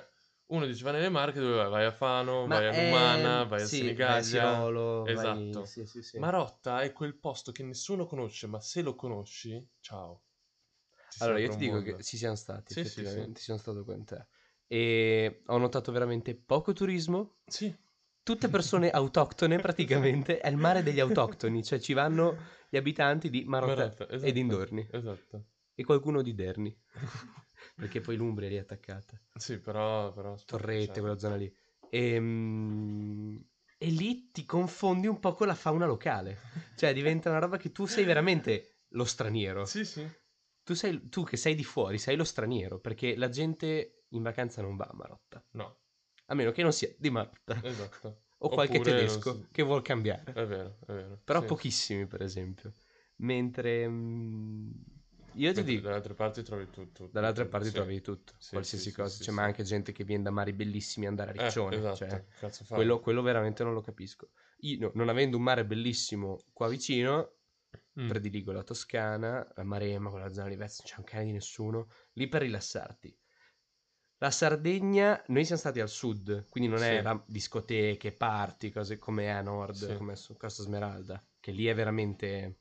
Speaker 2: uno dice vai nelle Marche dove vai? Vai a Fano, vai a Lumana, vai a
Speaker 1: Vai a
Speaker 2: Senigallia.
Speaker 1: Sirolo, vai-
Speaker 2: Esatto.
Speaker 1: sì, sì, sì.
Speaker 2: Marotta è quel posto che nessuno conosce, ma se lo conosci, ciao. Ti
Speaker 1: Allora, io
Speaker 2: sembra
Speaker 1: ti
Speaker 2: un
Speaker 1: dico
Speaker 2: mondo.
Speaker 1: che ci siamo stati,
Speaker 2: Sì, sì,
Speaker 1: effettivamente, ci sono stato con te. E ho notato veramente poco turismo,
Speaker 2: Sì.
Speaker 1: tutte persone autoctone praticamente, è il mare degli autoctoni, cioè ci vanno
Speaker 2: <laughs>
Speaker 1: gli abitanti di Marotta,
Speaker 2: Marotta,
Speaker 1: e
Speaker 2: esatto.
Speaker 1: dintorni,
Speaker 2: Esatto.
Speaker 1: e qualcuno di Derni, <laughs> perché poi l'Umbria è lì attaccata.
Speaker 2: Sì, però... però
Speaker 1: Torrette,
Speaker 2: cioè,
Speaker 1: quella zona lì. Ehm, E, lì ti confondi un po' con la fauna locale. Cioè, diventa una roba che tu sei veramente lo straniero.
Speaker 2: Sì, sì.
Speaker 1: Tu, sei, tu che sei di fuori, sei lo straniero, perché la gente in vacanza non va a Marotta.
Speaker 2: No,
Speaker 1: A meno che non sia di Marotta.
Speaker 2: esatto.
Speaker 1: O qualche
Speaker 2: Oppure non
Speaker 1: tedesco
Speaker 2: si-
Speaker 1: che vuol cambiare.
Speaker 2: È vero, è vero.
Speaker 1: Però
Speaker 2: Sì.
Speaker 1: pochissimi, per esempio. Mentre... mm, Io ti
Speaker 2: Mentre
Speaker 1: dico...
Speaker 2: dalle altre parti trovi tutto.
Speaker 1: Dalle altre
Speaker 2: tutto,
Speaker 1: parti
Speaker 2: sì. Eh,
Speaker 1: trovi tutto,
Speaker 2: Sì,
Speaker 1: qualsiasi
Speaker 2: sì, sì,
Speaker 1: cosa.
Speaker 2: sì,
Speaker 1: C'è
Speaker 2: sì.
Speaker 1: ma anche gente che viene da mari bellissimi e andare a
Speaker 2: Eh,
Speaker 1: Riccione.
Speaker 2: esatto,
Speaker 1: cioè,
Speaker 2: cazzo fai?
Speaker 1: quello, quello veramente non lo capisco. Io, no, non avendo un mare bellissimo qua vicino,
Speaker 2: Mm.
Speaker 1: prediligo la Toscana, la Maremma, quella zona di Vezzo, non c'è un cane di nessuno, lì per rilassarti. La Sardegna, noi siamo stati al sud, quindi non è
Speaker 2: Sì.
Speaker 1: la- discoteche, party, cose come è a nord,
Speaker 2: Sì.
Speaker 1: come su Costa Smeralda, che lì è veramente,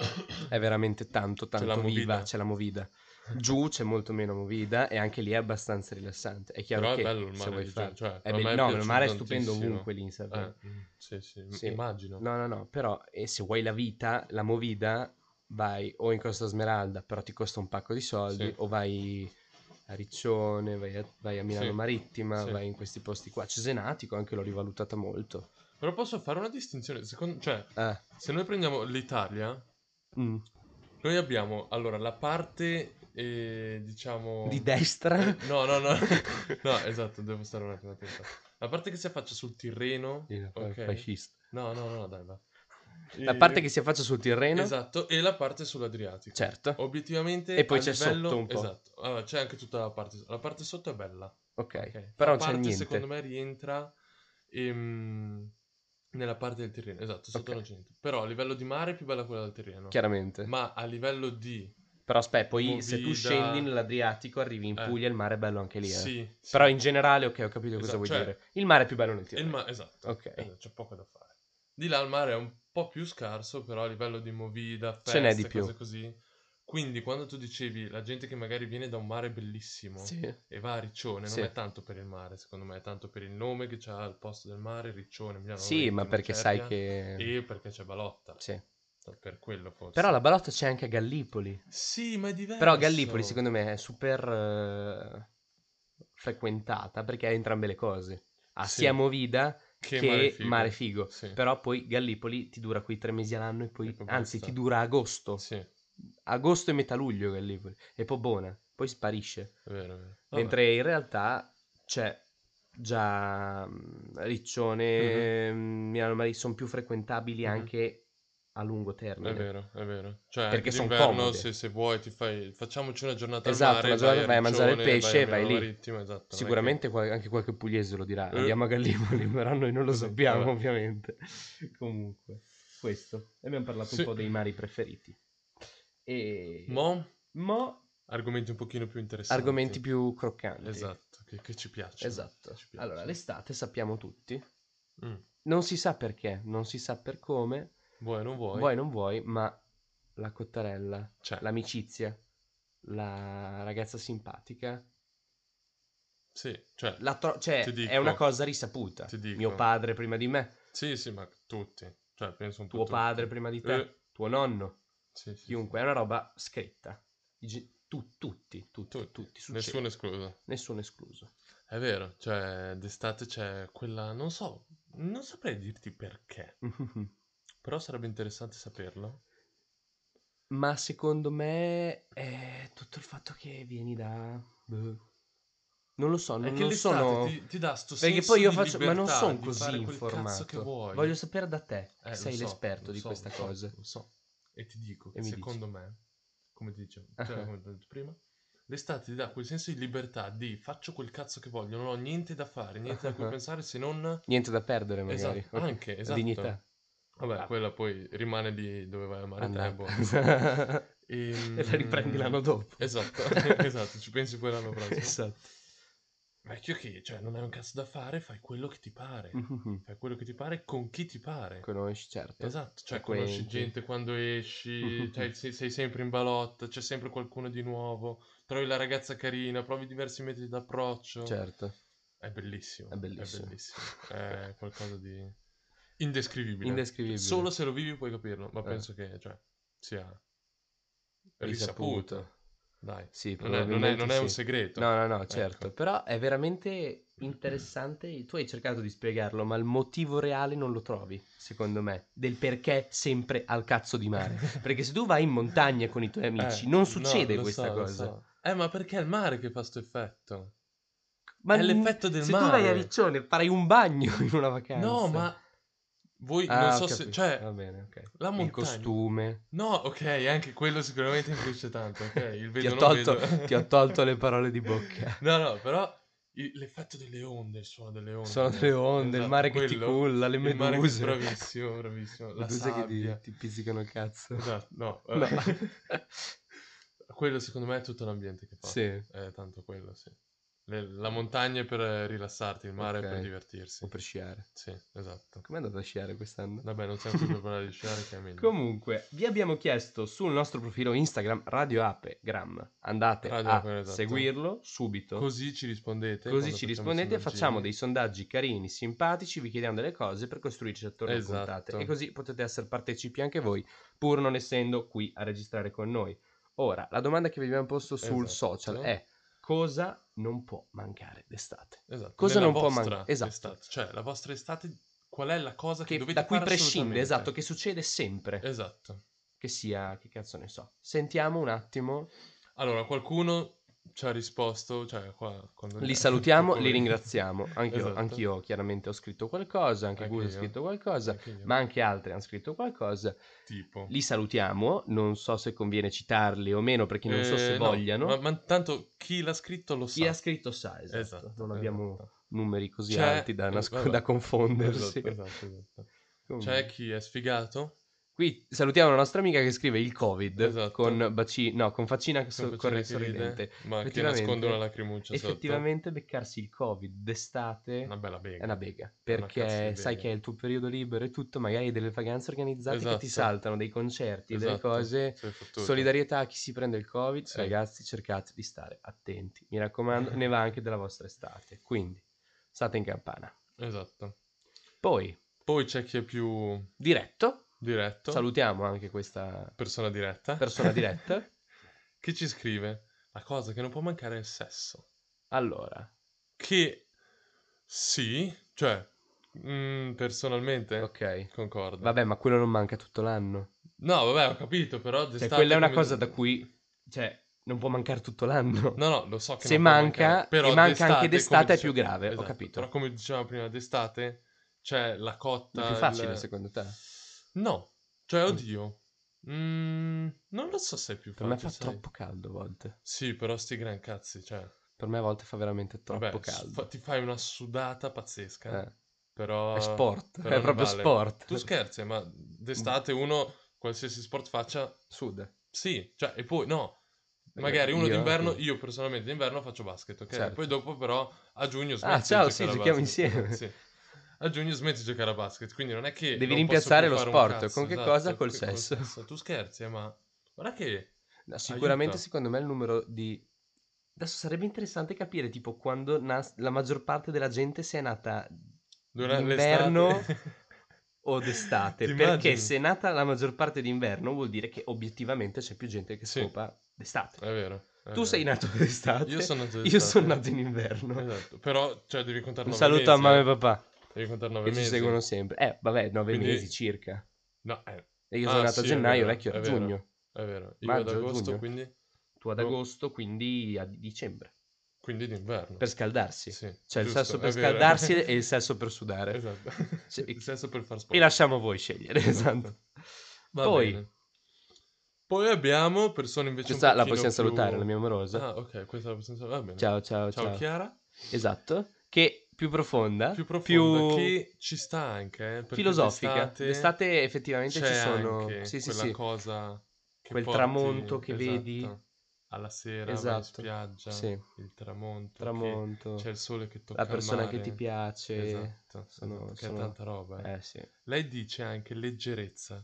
Speaker 2: <coughs>
Speaker 1: è veramente tanto, tanto
Speaker 2: movida.
Speaker 1: viva, c'è la
Speaker 2: <laughs>
Speaker 1: movida. Giù c'è molto meno movida e anche lì è abbastanza rilassante. È chiaro
Speaker 2: Però
Speaker 1: che
Speaker 2: è bello il
Speaker 1: se
Speaker 2: mare.
Speaker 1: vuoi
Speaker 2: di Giorgio,
Speaker 1: farlo.
Speaker 2: cioè,
Speaker 1: È
Speaker 2: a
Speaker 1: bello-
Speaker 2: me
Speaker 1: no, il
Speaker 2: piaciuto
Speaker 1: mare è stupendo
Speaker 2: tantissimo.
Speaker 1: ovunque lì in Sardegna.
Speaker 2: Eh, mm, sì, sì, m-
Speaker 1: Sì.
Speaker 2: immagino.
Speaker 1: No, no, no, però eh, se vuoi la vita, la movida, vai o in Costa Smeralda, però ti costa un pacco di soldi,
Speaker 2: Sì.
Speaker 1: o vai a Riccione, vai a, vai a Milano
Speaker 2: Sì.
Speaker 1: Marittima,
Speaker 2: Sì.
Speaker 1: vai in questi posti qua. Cesenatico anche l'ho rivalutata molto.
Speaker 2: Però posso fare una distinzione. Secondo, cioè,
Speaker 1: Eh,
Speaker 2: se noi prendiamo l'Italia,
Speaker 1: mm,
Speaker 2: noi abbiamo allora la parte, eh, diciamo.
Speaker 1: Di destra?
Speaker 2: Eh, no, no,
Speaker 1: <laughs>
Speaker 2: no. <laughs> no, esatto, devo stare un attimo attento. La parte che si affaccia sul Tirreno.
Speaker 1: Sì, fa-
Speaker 2: ok.
Speaker 1: fascista.
Speaker 2: No, no, no, dai, va. Eh,
Speaker 1: La parte che si affaccia sul Tirreno?
Speaker 2: Esatto, e la parte sull'Adriatico.
Speaker 1: Certo.
Speaker 2: Obiettivamente
Speaker 1: E poi
Speaker 2: a
Speaker 1: c'è
Speaker 2: livello-
Speaker 1: sotto un po'.
Speaker 2: Esatto. Allora, c'è anche tutta la parte la parte sotto è bella.
Speaker 1: ok.
Speaker 2: ok.
Speaker 1: Però
Speaker 2: la
Speaker 1: non c'è
Speaker 2: parte
Speaker 1: niente.
Speaker 2: secondo me rientra ehm, nella parte del terreno. Esatto, sotto
Speaker 1: Ok.
Speaker 2: non c'è niente. Però a livello di mare è più bella quella del terreno.
Speaker 1: Chiaramente.
Speaker 2: Ma a livello di
Speaker 1: Però aspetta, poi se tu
Speaker 2: Movida.
Speaker 1: scendi nell'Adriatico arrivi in
Speaker 2: Eh.
Speaker 1: Puglia, il mare è bello anche lì. eh.
Speaker 2: Sì, sì.
Speaker 1: Però in generale, ok, ho capito cosa
Speaker 2: Esatto,
Speaker 1: vuoi
Speaker 2: cioè-
Speaker 1: dire. Il mare è più bello nel
Speaker 2: E il
Speaker 1: Tirreno.
Speaker 2: ma- esatto.
Speaker 1: Ok.
Speaker 2: Esatto, c'è poco da fare. Di là il mare è un po' più scarso, però a livello di movida, feste,
Speaker 1: Ce n'è di più.
Speaker 2: cose così. Quindi quando tu dicevi la gente che magari viene da un mare bellissimo
Speaker 1: Sì.
Speaker 2: e va a Riccione,
Speaker 1: Sì.
Speaker 2: non è tanto per il mare, secondo me, è tanto per il nome che c'ha al posto del mare, Riccione, Milano.
Speaker 1: Sì, ma
Speaker 2: Reggio,
Speaker 1: perché sai
Speaker 2: Maceria,
Speaker 1: che...
Speaker 2: E perché c'è Balotta,
Speaker 1: Sì.
Speaker 2: per quello forse.
Speaker 1: Però la balotta c'è anche a Gallipoli.
Speaker 2: Sì, ma è diverso.
Speaker 1: Però Gallipoli, secondo me, è super eh, frequentata perché ha entrambe le cose. Ha
Speaker 2: Sì.
Speaker 1: sia Movida che, mare, figo.
Speaker 2: Sì.
Speaker 1: Però poi Gallipoli ti dura quei tre mesi all'anno e poi...
Speaker 2: E poi
Speaker 1: anzi, ti
Speaker 2: basta.
Speaker 1: dura agosto.
Speaker 2: Sì, è
Speaker 1: Agosto e metà luglio Gallipoli. E poi buona. Poi sparisce.
Speaker 2: vero, è vero. Vabbè.
Speaker 1: Mentre in realtà c'è già mm, Riccione, mm, Milano Mari sono più frequentabili
Speaker 2: Mhm.
Speaker 1: anche a lungo termine.
Speaker 2: È vero, è vero. Cioè,
Speaker 1: Perché
Speaker 2: perché
Speaker 1: son
Speaker 2: d'inverno,
Speaker 1: comode.
Speaker 2: se, se vuoi, ti fai... facciamoci una giornata
Speaker 1: Esatto,
Speaker 2: al mare.
Speaker 1: una giornata vai a mangiare il
Speaker 2: Riccione,
Speaker 1: pesce e vai
Speaker 2: Milano
Speaker 1: lì.
Speaker 2: Marittimo, esatto, non è
Speaker 1: Sicuramente qual- anche qualche pugliese lo dirà.
Speaker 2: Eh.
Speaker 1: Andiamo a Gallipoli, <laughs> però noi non lo
Speaker 2: Sì,
Speaker 1: sappiamo,
Speaker 2: vabbè.
Speaker 1: ovviamente. Comunque, questo. E Abbiamo parlato
Speaker 2: Sì.
Speaker 1: un po' dei mari preferiti. E...
Speaker 2: che- Mo,
Speaker 1: Mo,
Speaker 2: argomenti un pochino più interessanti.
Speaker 1: argomenti più croccanti.
Speaker 2: Esatto, che, che ci piacciono.
Speaker 1: Esatto.
Speaker 2: che ci piacciono.
Speaker 1: Allora, l'estate sappiamo tutti.
Speaker 2: Mm.
Speaker 1: Non si sa perché, non si sa per come,
Speaker 2: Vuoi o non vuoi?
Speaker 1: vuoi non vuoi, ma la cottarella,
Speaker 2: Cioè,
Speaker 1: l'amicizia, la ragazza simpatica,
Speaker 2: sì, cioè...
Speaker 1: la tro- cioè
Speaker 2: Ti dico.
Speaker 1: è una cosa risaputa.
Speaker 2: Ti dico.
Speaker 1: Mio padre prima di me,
Speaker 2: Sì, sì, ma tutti. Cioè, penso un po'
Speaker 1: tuo
Speaker 2: tutti.
Speaker 1: padre prima di te,
Speaker 2: Eh.
Speaker 1: tuo nonno,
Speaker 2: Sì, sì,
Speaker 1: chiunque, è una roba scritta. I gen- tu- tutti, tutti, tutti,
Speaker 2: Tutti. sì.
Speaker 1: succede.
Speaker 2: Nessuno escluso.
Speaker 1: Nessuno escluso. <laughs>
Speaker 2: È vero, cioè d'estate c'è quella, non so, non saprei dirti perché, però sarebbe interessante saperlo.
Speaker 1: Ma secondo me è tutto il fatto che vieni da... boh. Non lo so, non,
Speaker 2: è che
Speaker 1: non
Speaker 2: l'estate
Speaker 1: sono...
Speaker 2: ti, ti dà sto senso
Speaker 1: Perché poi io
Speaker 2: di
Speaker 1: faccio... Ma non
Speaker 2: libertà,
Speaker 1: sono
Speaker 2: di
Speaker 1: così
Speaker 2: fare quel cazzo
Speaker 1: informato.
Speaker 2: che vuoi.
Speaker 1: Voglio sapere da te, che
Speaker 2: Eh, lo
Speaker 1: sei
Speaker 2: so,
Speaker 1: l'esperto
Speaker 2: lo
Speaker 1: di
Speaker 2: so,
Speaker 1: questa
Speaker 2: lo so,
Speaker 1: cosa.
Speaker 2: Lo so, e ti dico
Speaker 1: E
Speaker 2: che
Speaker 1: mi
Speaker 2: secondo me, come ti dicevo,
Speaker 1: Ah.
Speaker 2: cioè, come ti ho detto prima, l'estate ti dà quel senso di libertà di faccio quel cazzo che voglio, non ho niente da fare, niente
Speaker 1: <laughs>
Speaker 2: da cui
Speaker 1: Ah.
Speaker 2: pensare se non...
Speaker 1: Niente da perdere magari.
Speaker 2: Esatto, anche,
Speaker 1: La
Speaker 2: esatto.
Speaker 1: Dignità.
Speaker 2: Vabbè,
Speaker 1: Ah.
Speaker 2: quella poi rimane lì dove vai a mare te,
Speaker 1: <laughs>
Speaker 2: boh.
Speaker 1: Andata.
Speaker 2: Ehm,
Speaker 1: e la riprendi l'anno dopo. <laughs>
Speaker 2: Esatto, <laughs> esatto, ci pensi poi l'anno prossimo.
Speaker 1: Esatto. <laughs>
Speaker 2: Vecchio che, cioè, non hai un cazzo da fare, fai quello che ti pare.
Speaker 1: Mhm.
Speaker 2: Fai quello che ti pare con chi ti pare.
Speaker 1: Conosci, certo.
Speaker 2: Esatto, cioè
Speaker 1: Frequenti.
Speaker 2: conosci gente
Speaker 1: <laughs>
Speaker 2: quando esci, cioè, sei, sei sempre in balotta, c'è sempre qualcuno di nuovo, trovi la ragazza carina, provi diversi metodi d'approccio.
Speaker 1: Certo.
Speaker 2: È bellissimo.
Speaker 1: È bellissimo.
Speaker 2: È bellissimo. Eh, È qualcosa di indescrivibile.
Speaker 1: Indescrivibile.
Speaker 2: Solo se lo vivi puoi capirlo, ma
Speaker 1: Eh.
Speaker 2: penso che cioè, sia risaputo.
Speaker 1: risaputo.
Speaker 2: Dai.
Speaker 1: Sì,
Speaker 2: Non è, non è- non è un
Speaker 1: probabilmente sì.
Speaker 2: segreto.
Speaker 1: No, no, no, certo,
Speaker 2: Ecco.
Speaker 1: però è veramente interessante. Tu hai cercato di spiegarlo, ma il motivo reale non lo trovi, secondo me, del perché sempre al cazzo di mare.
Speaker 2: <laughs>
Speaker 1: Perché se tu vai in montagna con i tuoi amici,
Speaker 2: Eh,
Speaker 1: non
Speaker 2: no,
Speaker 1: succede
Speaker 2: lo
Speaker 1: questa
Speaker 2: so, lo
Speaker 1: cosa.
Speaker 2: so. Eh, ma perché è il mare che fa sto effetto?
Speaker 1: Ma
Speaker 2: È l'effetto del mare. Cioè,
Speaker 1: Se tu vai a Riccione, farai un bagno <laughs> in una vacanza.
Speaker 2: No, ma voi
Speaker 1: Ah,
Speaker 2: non
Speaker 1: ho
Speaker 2: so se.
Speaker 1: capito.
Speaker 2: Cioè,
Speaker 1: Va bene, ok.
Speaker 2: la
Speaker 1: Il
Speaker 2: montagna.
Speaker 1: costume.
Speaker 2: No, ok, anche quello sicuramente influisce tanto. Ok, il vedo,
Speaker 1: <laughs> ti, ho
Speaker 2: non
Speaker 1: tolto,
Speaker 2: vedo.
Speaker 1: ti ho tolto le parole di bocca.
Speaker 2: <laughs> No, no, però i- l'effetto delle onde, il suono delle onde.
Speaker 1: Sono delle onde, il
Speaker 2: Esatto,
Speaker 1: mare che ti
Speaker 2: quello,
Speaker 1: culla, le
Speaker 2: il mare che-
Speaker 1: meduse.
Speaker 2: Bravissimo, bravissimo. La
Speaker 1: Meduse che
Speaker 2: sabbia.
Speaker 1: ti, ti pizzicano il cazzo.
Speaker 2: Esatto,
Speaker 1: <laughs>
Speaker 2: no.
Speaker 1: No.
Speaker 2: eh. <laughs> quello secondo me è tutto l'ambiente che fa.
Speaker 1: Sì.
Speaker 2: È tanto quello, sì. Le- la montagna è per eh, rilassarti, il mare è
Speaker 1: Ok.
Speaker 2: per divertirsi.
Speaker 1: O per sciare.
Speaker 2: Sì, esatto.
Speaker 1: Com'è andato a sciare quest'anno?
Speaker 2: Vabbè, non siamo qui per parlare di sciare, che è
Speaker 1: <laughs>
Speaker 2: meglio.
Speaker 1: Comunque, vi abbiamo chiesto sul nostro profilo Instagram Radio Ape Gram. Andate
Speaker 2: Radio
Speaker 1: a
Speaker 2: Ape, esatto.
Speaker 1: seguirlo subito. Così,
Speaker 2: Così ci rispondete. quando
Speaker 1: ci
Speaker 2: facciamo i
Speaker 1: rispondete e
Speaker 2: sondaggi.
Speaker 1: facciamo dei sondaggi carini, simpatici, vi chiediamo delle cose per costruirci attorno
Speaker 2: Esatto.
Speaker 1: alle puntate. E così potete essere partecipi anche voi, pur non essendo qui a registrare con noi. Ora, la domanda che vi abbiamo posto sul
Speaker 2: Esatto.
Speaker 1: social è cosa non può mancare d'estate?
Speaker 2: Esatto.
Speaker 1: Cosa
Speaker 2: della
Speaker 1: non può
Speaker 2: vostra
Speaker 1: mancare? Esatto.
Speaker 2: estate. Cioè, la vostra estate, qual è la cosa che,
Speaker 1: Che,
Speaker 2: dovete
Speaker 1: da cui
Speaker 2: fare
Speaker 1: prescinde, esatto,
Speaker 2: assolutamente?
Speaker 1: che succede sempre.
Speaker 2: Esatto.
Speaker 1: Che sia, che cazzo ne so. Sentiamo un attimo
Speaker 2: Allora, qualcuno ci ha risposto, cioè qua... Quando <laughs>
Speaker 1: Li salutiamo, li
Speaker 2: Quello-
Speaker 1: ringraziamo. Anch'io,
Speaker 2: Esatto.
Speaker 1: anch'io chiaramente ho scritto qualcosa, anche
Speaker 2: Anche
Speaker 1: Gus ha
Speaker 2: io.
Speaker 1: scritto qualcosa,
Speaker 2: Anche io.
Speaker 1: ma anche altri hanno scritto qualcosa.
Speaker 2: Tipo...
Speaker 1: Li salutiamo, non so se conviene citarli o meno perché non so se
Speaker 2: Eh, no,
Speaker 1: vogliano.
Speaker 2: Ma, ma tanto chi l'ha scritto lo
Speaker 1: Chi
Speaker 2: sa.
Speaker 1: ha scritto sa, esatto.
Speaker 2: Esatto,
Speaker 1: non abbiamo
Speaker 2: esatto.
Speaker 1: numeri così
Speaker 2: C'è-
Speaker 1: alti
Speaker 2: <laughs>
Speaker 1: da, nas-
Speaker 2: vabbè.
Speaker 1: da confondersi.
Speaker 2: Esatto, esatto, esatto.
Speaker 1: Comunque.
Speaker 2: C'è chi è sfigato.
Speaker 1: Qui salutiamo la nostra amica che scrive il Covid
Speaker 2: Esatto.
Speaker 1: con, baci- no, con faccina,
Speaker 2: con
Speaker 1: so-
Speaker 2: faccina
Speaker 1: corre-
Speaker 2: che
Speaker 1: sorridente.
Speaker 2: ride, Ma che
Speaker 1: Effettivamente-
Speaker 2: nasconde una lacrimuccia sotto.
Speaker 1: Effettivamente beccarsi il Covid d'estate...
Speaker 2: Una bella bega.
Speaker 1: È una bega,
Speaker 2: una cazzo
Speaker 1: perché
Speaker 2: di
Speaker 1: sai
Speaker 2: bega.
Speaker 1: che è il tuo periodo libero e tutto, magari hai delle vacanze organizzate che ti
Speaker 2: Esatto.
Speaker 1: saltano, dei concerti, delle
Speaker 2: Esatto,
Speaker 1: cose.
Speaker 2: sei fottuto.
Speaker 1: Solidarietà a chi si prende il Covid,
Speaker 2: Sì.
Speaker 1: ragazzi, cercate di stare attenti. Mi raccomando, ne va anche della vostra estate. Quindi state in campana.
Speaker 2: Esatto.
Speaker 1: Poi,
Speaker 2: Poi c'è chi è più
Speaker 1: diretto,
Speaker 2: diretto.
Speaker 1: salutiamo anche questa
Speaker 2: Persona diretta.
Speaker 1: persona diretta.
Speaker 2: <laughs> che ci scrive la cosa che non può mancare è il sesso.
Speaker 1: Allora,
Speaker 2: Che sì, cioè mm, personalmente
Speaker 1: ok.
Speaker 2: concordo.
Speaker 1: Vabbè, ma quello non manca tutto l'anno.
Speaker 2: No, vabbè, ho capito, però
Speaker 1: Cioè,
Speaker 2: d'estate
Speaker 1: quella è una
Speaker 2: come-
Speaker 1: cosa da cui, cioè, non può mancare tutto l'anno.
Speaker 2: No, no, lo so che
Speaker 1: Se
Speaker 2: non può
Speaker 1: manca,
Speaker 2: mancare, però
Speaker 1: e manca
Speaker 2: d'estate,
Speaker 1: anche
Speaker 2: come
Speaker 1: d'estate, è
Speaker 2: dicevo-
Speaker 1: più grave, ho
Speaker 2: esatto,
Speaker 1: capito.
Speaker 2: Però come dicevamo prima d'estate c'è la cotta
Speaker 1: È più facile,
Speaker 2: il-
Speaker 1: secondo te?
Speaker 2: No, cioè oddio. Mm, non lo so se è più
Speaker 1: Per
Speaker 2: facile.
Speaker 1: me fa
Speaker 2: sai.
Speaker 1: troppo caldo a volte.
Speaker 2: Sì, però sti gran cazzi, cioè
Speaker 1: Per me a volte fa veramente troppo
Speaker 2: Vabbè,
Speaker 1: caldo.
Speaker 2: fa- ti fai una sudata pazzesca.
Speaker 1: Eh,
Speaker 2: Però...
Speaker 1: è sport,
Speaker 2: però
Speaker 1: è
Speaker 2: non
Speaker 1: proprio
Speaker 2: vale.
Speaker 1: sport.
Speaker 2: Tu scherzi, ma d'estate uno, qualsiasi sport faccia,
Speaker 1: Sud.
Speaker 2: sì. Cioè, e poi no. Magari uno
Speaker 1: Io-
Speaker 2: d'inverno,
Speaker 1: sì.
Speaker 2: io personalmente d'inverno faccio basket, ok?
Speaker 1: Certo. Ah,
Speaker 2: Poi dopo però a giugno smetti di
Speaker 1: ciao,
Speaker 2: giocare
Speaker 1: sì,
Speaker 2: a
Speaker 1: giochiamo
Speaker 2: basket.
Speaker 1: insieme.
Speaker 2: Eh, sì. A giugno smetti di giocare a basket, quindi non è che...
Speaker 1: Devi
Speaker 2: non
Speaker 1: rimpiazzare
Speaker 2: posso
Speaker 1: lo
Speaker 2: più fare un
Speaker 1: sport,
Speaker 2: cazzo,
Speaker 1: con che
Speaker 2: esatto,
Speaker 1: cosa? Col
Speaker 2: che-
Speaker 1: sesso.
Speaker 2: Tu scherzi, eh, ma... Guarda che...
Speaker 1: No, Sicuramente,
Speaker 2: Aiuto.
Speaker 1: secondo me, il numero di... Adesso sarebbe interessante capire, tipo, quando nas- la maggior parte della gente si è nata
Speaker 2: Durante
Speaker 1: D'inverno
Speaker 2: l'estate... <laughs>
Speaker 1: o d'estate.
Speaker 2: Ti
Speaker 1: perché
Speaker 2: immagini?
Speaker 1: se è nata la maggior parte d'inverno vuol dire che obiettivamente c'è più gente che
Speaker 2: Sì. Eh,
Speaker 1: scopa d'estate.
Speaker 2: È vero. è
Speaker 1: Tu
Speaker 2: vero.
Speaker 1: sei nato d'estate.
Speaker 2: Io sono nato
Speaker 1: Io sono
Speaker 2: d'estate.
Speaker 1: nato in inverno.
Speaker 2: Esatto. Però, cioè, devi contare
Speaker 1: Un
Speaker 2: 9
Speaker 1: saluto
Speaker 2: mesi.
Speaker 1: a mamma
Speaker 2: eh.
Speaker 1: e papà
Speaker 2: Devi contare 9
Speaker 1: che
Speaker 2: mesi.
Speaker 1: ci seguono sempre. Eh, vabbè, nove
Speaker 2: Quindi-
Speaker 1: mesi circa.
Speaker 2: No, eh,
Speaker 1: E io sono
Speaker 2: Ah,
Speaker 1: nato
Speaker 2: sì,
Speaker 1: a
Speaker 2: è
Speaker 1: gennaio,
Speaker 2: vero,
Speaker 1: vecchio era
Speaker 2: è vero. Oh.
Speaker 1: giugno.
Speaker 2: è vero. Io
Speaker 1: Maggio,
Speaker 2: ad agosto,
Speaker 1: giugno.
Speaker 2: quindi...
Speaker 1: Tu ad
Speaker 2: No.
Speaker 1: agosto, quindi a dicembre.
Speaker 2: Quindi d'inverno.
Speaker 1: Per scaldarsi.
Speaker 2: Sì,
Speaker 1: Cioè il
Speaker 2: giusto,
Speaker 1: sasso per
Speaker 2: è vero. <laughs>
Speaker 1: scaldarsi e Cioè, il sasso per sudare.
Speaker 2: Esatto.
Speaker 1: Sì.
Speaker 2: Il sesso per far sport.
Speaker 1: Vi lasciamo voi scegliere, <laughs> esatto.
Speaker 2: Va
Speaker 1: Poi-
Speaker 2: bene. Poi abbiamo persone invece
Speaker 1: Questa
Speaker 2: un
Speaker 1: la
Speaker 2: pochino
Speaker 1: possiamo
Speaker 2: più-
Speaker 1: salutare, la mia amorosa.
Speaker 2: Ah, ok, questa la possiamo salutare. Va bene.
Speaker 1: Ciao, ciao, ciao.
Speaker 2: Ciao, Chiara.
Speaker 1: Esatto. Che più profonda,
Speaker 2: Più profonda,
Speaker 1: più
Speaker 2: che ci sta anche, eh, perché
Speaker 1: filosofica.
Speaker 2: d'estate
Speaker 1: D'estate effettivamente
Speaker 2: c'è
Speaker 1: ci sono...
Speaker 2: anche
Speaker 1: Sì, sì,
Speaker 2: quella
Speaker 1: sì.
Speaker 2: cosa che
Speaker 1: Quel
Speaker 2: porti-
Speaker 1: tramonto che
Speaker 2: esatto,
Speaker 1: vedi.
Speaker 2: alla sera vai in
Speaker 1: Esatto.
Speaker 2: spiaggia,
Speaker 1: Sì.
Speaker 2: il tramonto, che
Speaker 1: Tramonto.
Speaker 2: c'è il sole che tocca
Speaker 1: la
Speaker 2: il
Speaker 1: persona che
Speaker 2: mare.
Speaker 1: ti piace.
Speaker 2: Esatto,
Speaker 1: sono-
Speaker 2: esatto, che è
Speaker 1: sono-
Speaker 2: tanta roba. eh.
Speaker 1: Eh, sì.
Speaker 2: Lei dice anche leggerezza.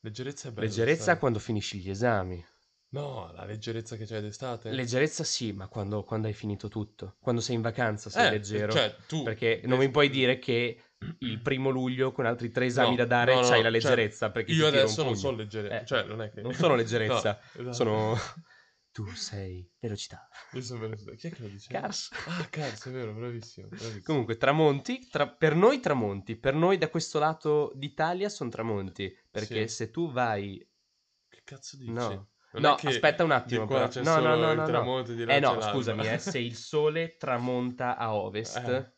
Speaker 2: Leggerezza è bella.
Speaker 1: Leggerezza quando finisci gli esami.
Speaker 2: No, la leggerezza che c'è d'estate.
Speaker 1: Leggerezza sì, ma quando, quando hai finito tutto. Quando sei in vacanza sei
Speaker 2: Eh,
Speaker 1: leggero.
Speaker 2: Cioè, tu... esatto.
Speaker 1: Perché non mi puoi dire che il primo luglio con altri tre esami
Speaker 2: No,
Speaker 1: da dare
Speaker 2: no, no,
Speaker 1: c'hai la
Speaker 2: cioè,
Speaker 1: leggerezza. perché ti
Speaker 2: Io
Speaker 1: tiro un
Speaker 2: adesso non
Speaker 1: pugno.
Speaker 2: so leggere,
Speaker 1: Eh,
Speaker 2: cioè non è che...
Speaker 1: non sono leggerezza,
Speaker 2: <laughs> No, esatto.
Speaker 1: Sono... Tu sei velocità.
Speaker 2: Io sono veloce. Chi è che lo dice?
Speaker 1: Cars.
Speaker 2: <laughs> Ah, Cars, è vero, bravissimo. bravissimo.
Speaker 1: Comunque, tramonti, tra- per noi tramonti, per noi da questo lato d'Italia sono tramonti, perché
Speaker 2: Sì.
Speaker 1: se tu vai...
Speaker 2: Che cazzo dici?
Speaker 1: No,
Speaker 2: Non
Speaker 1: No,
Speaker 2: è che
Speaker 1: aspetta un attimo,
Speaker 2: Di qua
Speaker 1: però.
Speaker 2: c'è
Speaker 1: No, no,
Speaker 2: solo
Speaker 1: no,
Speaker 2: il
Speaker 1: no, no.
Speaker 2: tramonto, di là
Speaker 1: Eh
Speaker 2: c'è
Speaker 1: no,
Speaker 2: l'alba.
Speaker 1: scusami, eh, se il sole tramonta a ovest...
Speaker 2: Eh.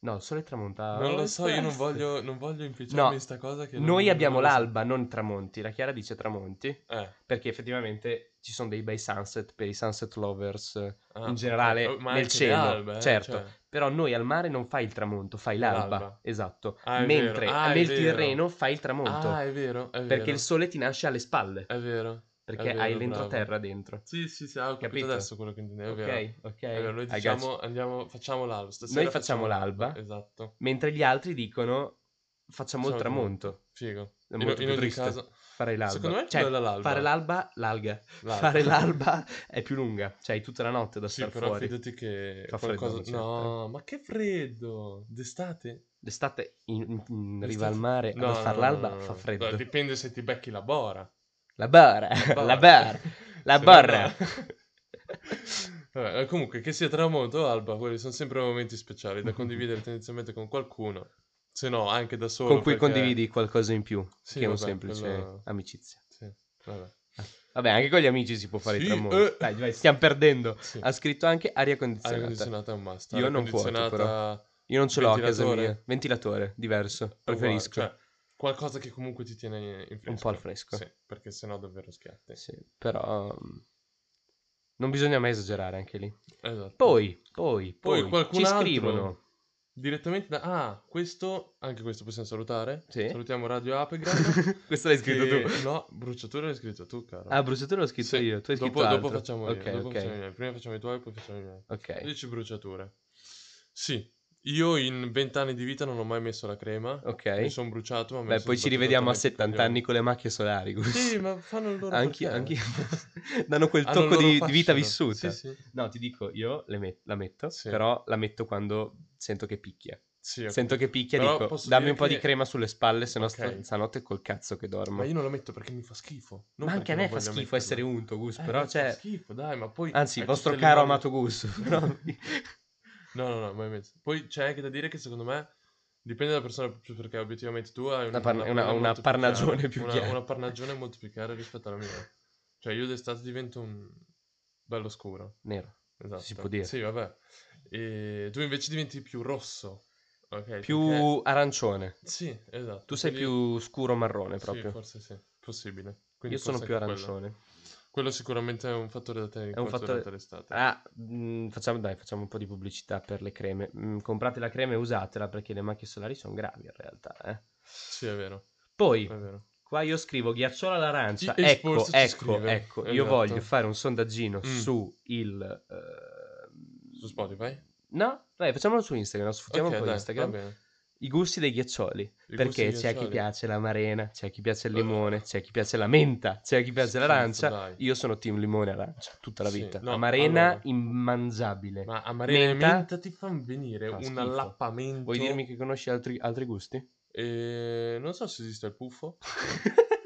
Speaker 1: No, il sole tramonta a
Speaker 2: Non lo
Speaker 1: ovest,
Speaker 2: so, io non
Speaker 1: est.
Speaker 2: voglio, non voglio impicciarmi
Speaker 1: No,
Speaker 2: in sta cosa che... non-
Speaker 1: Noi
Speaker 2: non
Speaker 1: abbiamo
Speaker 2: lo so.
Speaker 1: l'alba, non tramonti. La Chiara dice tramonti,
Speaker 2: Eh,
Speaker 1: perché effettivamente ci sono dei bei sunset per i sunset lovers,
Speaker 2: ah,
Speaker 1: in generale
Speaker 2: ok. Ma
Speaker 1: nel
Speaker 2: anche le
Speaker 1: cielo,
Speaker 2: albe, eh,
Speaker 1: certo.
Speaker 2: cioè.
Speaker 1: Però noi al mare non fai il tramonto, fai l'alba.
Speaker 2: L'alba.
Speaker 1: Esatto.
Speaker 2: Ah, è vero.
Speaker 1: Mentre
Speaker 2: Ah, è
Speaker 1: nel
Speaker 2: vero.
Speaker 1: Tirreno fai il tramonto.
Speaker 2: Ah, è vero, è vero.
Speaker 1: perché il sole ti nasce alle spalle.
Speaker 2: È vero.
Speaker 1: Perché
Speaker 2: vero,
Speaker 1: hai
Speaker 2: bravo.
Speaker 1: l'entroterra dentro.
Speaker 2: Sì, sì, sì, ah, ho capito,
Speaker 1: Capito?
Speaker 2: adesso quello che intendevo, è
Speaker 1: ok,
Speaker 2: vero.
Speaker 1: ok.
Speaker 2: È vero, noi
Speaker 1: I got you.
Speaker 2: diciamo, andiamo, facciamo l'alba. Stasera
Speaker 1: facciamo l'alba.
Speaker 2: Esatto.
Speaker 1: Mentre gli altri dicono facciamo il
Speaker 2: Facciamo il
Speaker 1: tramonto.
Speaker 2: Figo.
Speaker 1: È
Speaker 2: In-
Speaker 1: molto
Speaker 2: in
Speaker 1: più
Speaker 2: ogni
Speaker 1: triste.
Speaker 2: caso,
Speaker 1: Fare l'alba.
Speaker 2: secondo me è più
Speaker 1: Cioè,
Speaker 2: bella l'alba.
Speaker 1: fare l'alba l'alga.
Speaker 2: L'alba.
Speaker 1: Fare l'alba è più lunga. Cioè hai tutta la notte da
Speaker 2: Sì,
Speaker 1: stare
Speaker 2: però
Speaker 1: fuori.
Speaker 2: fidati che...
Speaker 1: Fa
Speaker 2: qualcosa-
Speaker 1: freddo, eh. non c'è,
Speaker 2: No, ma che freddo! D'estate?
Speaker 1: D'estate in, in- in riva
Speaker 2: D'estate-
Speaker 1: al mare
Speaker 2: No,
Speaker 1: a fare
Speaker 2: no,
Speaker 1: l'alba
Speaker 2: no, no,
Speaker 1: Eh, fa
Speaker 2: no.
Speaker 1: freddo.
Speaker 2: No, dipende se ti becchi la bora.
Speaker 1: La barra, <laughs> la barra. La
Speaker 2: Se no,
Speaker 1: barra.
Speaker 2: no. <laughs> Vabbè, comunque, che sia tramonto o alba, quelli sono sempre momenti
Speaker 1: <laughs>
Speaker 2: speciali da condividere tendenzialmente con qualcuno, se no anche da solo.
Speaker 1: con cui
Speaker 2: perché-
Speaker 1: condividi qualcosa in più,
Speaker 2: Sì,
Speaker 1: che è un
Speaker 2: vabbè,
Speaker 1: semplice
Speaker 2: quello-
Speaker 1: amicizia.
Speaker 2: Sì, vabbè.
Speaker 1: Vabbè, anche con gli amici si può fare
Speaker 2: Sì,
Speaker 1: il tramonto.
Speaker 2: eh.
Speaker 1: Dai, vai, stiamo perdendo.
Speaker 2: Sì.
Speaker 1: Ha scritto anche aria
Speaker 2: Aria
Speaker 1: condizionata.
Speaker 2: condizionata è un must.
Speaker 1: Io
Speaker 2: aria
Speaker 1: non cuoto,
Speaker 2: condizionata
Speaker 1: Io non ce l'ho a casa
Speaker 2: Ventilatore.
Speaker 1: mia. Ventilatore, diverso.
Speaker 2: uguale,
Speaker 1: Preferisco.
Speaker 2: cioè, qualcosa che comunque ti tiene in fresco.
Speaker 1: po' al fresco.
Speaker 2: Sì, perché sennò davvero schiatti.
Speaker 1: Sì, però... mm, Non bisogna mai esagerare anche lì.
Speaker 2: Esatto.
Speaker 1: Poi, poi,
Speaker 2: Poi
Speaker 1: poi,
Speaker 2: qualcun
Speaker 1: ci
Speaker 2: altro. <laughs>
Speaker 1: scrivono.
Speaker 2: Direttamente da... Ah, questo... Anche questo possiamo salutare?
Speaker 1: Sì.
Speaker 2: Salutiamo Radio Apegram.
Speaker 1: Questo <laughs> l'hai scritto
Speaker 2: che-
Speaker 1: tu.
Speaker 2: No, bruciatura l'hai scritto tu, caro.
Speaker 1: Ah, bruciatore l'ho scritto
Speaker 2: Sì,
Speaker 1: io. Tu hai scritto
Speaker 2: dopo, dopo
Speaker 1: altro.
Speaker 2: facciamo
Speaker 1: Ok,
Speaker 2: io, dopo
Speaker 1: ok.
Speaker 2: facciamo i miei. Prima facciamo i tuoi, poi facciamo i miei.
Speaker 1: Ok,
Speaker 2: 10 bruciature. Sì, io in 20 anni di vita non ho mai messo la crema. Mi
Speaker 1: ok.
Speaker 2: sono bruciato, ma mi
Speaker 1: Beh,
Speaker 2: sono
Speaker 1: poi ci
Speaker 2: battuto
Speaker 1: rivediamo a
Speaker 2: tanti
Speaker 1: 70 anni con le macchie solari.
Speaker 2: coglioni. Sì, ma fanno il loro
Speaker 1: Anche,
Speaker 2: perché.
Speaker 1: anche <laughs> danno quel
Speaker 2: Hanno il
Speaker 1: tocco
Speaker 2: loro
Speaker 1: di, di vita
Speaker 2: fascino.
Speaker 1: vissuta.
Speaker 2: Sì, sì.
Speaker 1: No, ti dico, io le met- la metto,
Speaker 2: Sì.
Speaker 1: però la metto quando sento che picchia.
Speaker 2: Sì, ho
Speaker 1: Sento che
Speaker 2: capito.
Speaker 1: picchia e
Speaker 2: Però
Speaker 1: dico,
Speaker 2: posso
Speaker 1: dammi
Speaker 2: dire
Speaker 1: un po' di
Speaker 2: che-
Speaker 1: crema sulle spalle, se no
Speaker 2: Ok.
Speaker 1: stanotte col cazzo che dormo.
Speaker 2: Ma io non lo metto perché mi fa schifo. non
Speaker 1: Ma anche
Speaker 2: perché
Speaker 1: a me
Speaker 2: non
Speaker 1: fa
Speaker 2: voglio
Speaker 1: schifo
Speaker 2: metterlo.
Speaker 1: essere unto, Gus,
Speaker 2: Eh,
Speaker 1: però
Speaker 2: ma fa
Speaker 1: cioè...
Speaker 2: schifo, dai, ma poi...
Speaker 1: Anzi,
Speaker 2: hai
Speaker 1: vostro
Speaker 2: tutte le
Speaker 1: caro
Speaker 2: mani-
Speaker 1: amato Gus, <laughs> però...
Speaker 2: No, no, no, mai mezzo. Poi c'è anche da dire che secondo me dipende dalla persona, più perché obiettivamente tu hai
Speaker 1: Una parna- una-
Speaker 2: pelle
Speaker 1: una
Speaker 2: molto più
Speaker 1: parnagione
Speaker 2: chiara,
Speaker 1: più
Speaker 2: una,
Speaker 1: chiara.
Speaker 2: Una parnagione molto più chiara rispetto alla mia. Cioè io d'estate divento un bello scuro,
Speaker 1: Nero.
Speaker 2: esatto.
Speaker 1: Si può dire.
Speaker 2: Sì, vabbè. E tu invece diventi più rosso, ok? perché-
Speaker 1: Più arancione.
Speaker 2: Sì, esatto.
Speaker 1: Tu sei
Speaker 2: Quindi-
Speaker 1: più scuro marrone
Speaker 2: Sì,
Speaker 1: proprio.
Speaker 2: forse sì, possibile. Quindi
Speaker 1: io sono
Speaker 2: forse
Speaker 1: più
Speaker 2: anche quello.
Speaker 1: arancione.
Speaker 2: Quello sicuramente è un fattore da tenere in
Speaker 1: È un
Speaker 2: considerazione
Speaker 1: fattore-
Speaker 2: d'estate.
Speaker 1: Ah, mh, facciamo, dai, facciamo un po' di pubblicità per le creme. Mm, comprate la crema e usatela perché le macchie solari sono gravi in realtà. eh.
Speaker 2: Sì, è vero, è
Speaker 1: Poi,
Speaker 2: vero.
Speaker 1: qua io scrivo ghiacciola all'arancia.
Speaker 2: Chi- e
Speaker 1: Ecco,
Speaker 2: Sports ci
Speaker 1: ecco,
Speaker 2: scrive.
Speaker 1: ecco. Io
Speaker 2: Esatto.
Speaker 1: voglio fare un sondaggino
Speaker 2: Mm.
Speaker 1: su il... eh,
Speaker 2: Su Spotify?
Speaker 1: No, dai, facciamolo su Instagram. Sfruttiamo
Speaker 2: Ok,
Speaker 1: un po'
Speaker 2: dai, va
Speaker 1: Instagram.
Speaker 2: bene.
Speaker 1: I gusti dei ghiaccioli.
Speaker 2: I gusti
Speaker 1: perché
Speaker 2: dei
Speaker 1: c'è chi
Speaker 2: ghiaccioli.
Speaker 1: piace la marena, c'è chi piace il
Speaker 2: Eh.
Speaker 1: limone, c'è chi piace la menta, c'è chi piace
Speaker 2: Schifo,
Speaker 1: l'arancia.
Speaker 2: dai.
Speaker 1: Io sono team limone e arancia tutta la
Speaker 2: Sì,
Speaker 1: vita.
Speaker 2: no,
Speaker 1: la marena
Speaker 2: allora.
Speaker 1: immangiabile.
Speaker 2: Ma a Marina e
Speaker 1: Menta?
Speaker 2: menta ti fanno venire
Speaker 1: Fa
Speaker 2: un
Speaker 1: schifo.
Speaker 2: allappamento.
Speaker 1: Vuoi dirmi che conosci altri, altri gusti?
Speaker 2: E non so se esiste il puffo.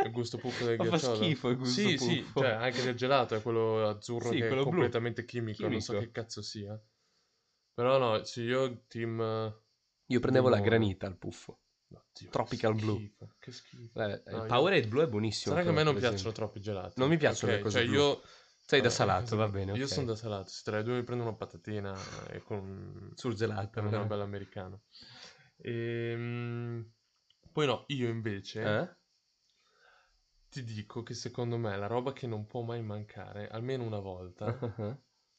Speaker 2: Il gusto puffo
Speaker 1: <laughs>
Speaker 2: del
Speaker 1: Ma fa
Speaker 2: ghiacciolo.
Speaker 1: schifo il gusto
Speaker 2: sì,
Speaker 1: puffo.
Speaker 2: sì, cioè anche del gelato è quello azzurro
Speaker 1: Sì,
Speaker 2: che
Speaker 1: quello
Speaker 2: è
Speaker 1: blu.
Speaker 2: completamente chimico, non so
Speaker 1: Chimico.
Speaker 2: che cazzo sia. Però no, sì, io team... Oddio,
Speaker 1: Io prendevo la
Speaker 2: No.
Speaker 1: granita al puffo.
Speaker 2: che
Speaker 1: Tropical Blue.
Speaker 2: schifo, Che schifo.
Speaker 1: Eh,
Speaker 2: No,
Speaker 1: il
Speaker 2: io-
Speaker 1: Powerade blu è buonissimo.
Speaker 2: Sarà che a me
Speaker 1: però,
Speaker 2: non
Speaker 1: per
Speaker 2: piacciono
Speaker 1: esempio.
Speaker 2: troppo i gelati.
Speaker 1: Non mi piacciono
Speaker 2: Ok,
Speaker 1: le cose
Speaker 2: Cioè
Speaker 1: blu.
Speaker 2: io...
Speaker 1: Sei da
Speaker 2: Ah,
Speaker 1: salato,
Speaker 2: sì.
Speaker 1: va bene.
Speaker 2: Io
Speaker 1: ok.
Speaker 2: sono da salato, se tra i due mi prendo una patatina e con...
Speaker 1: surgelata.
Speaker 2: per
Speaker 1: no?
Speaker 2: una bella americana. Ehm, Poi no, io invece...
Speaker 1: Eh?
Speaker 2: Ti dico che secondo me la roba che non può mai mancare, almeno una
Speaker 1: Eh?
Speaker 2: volta,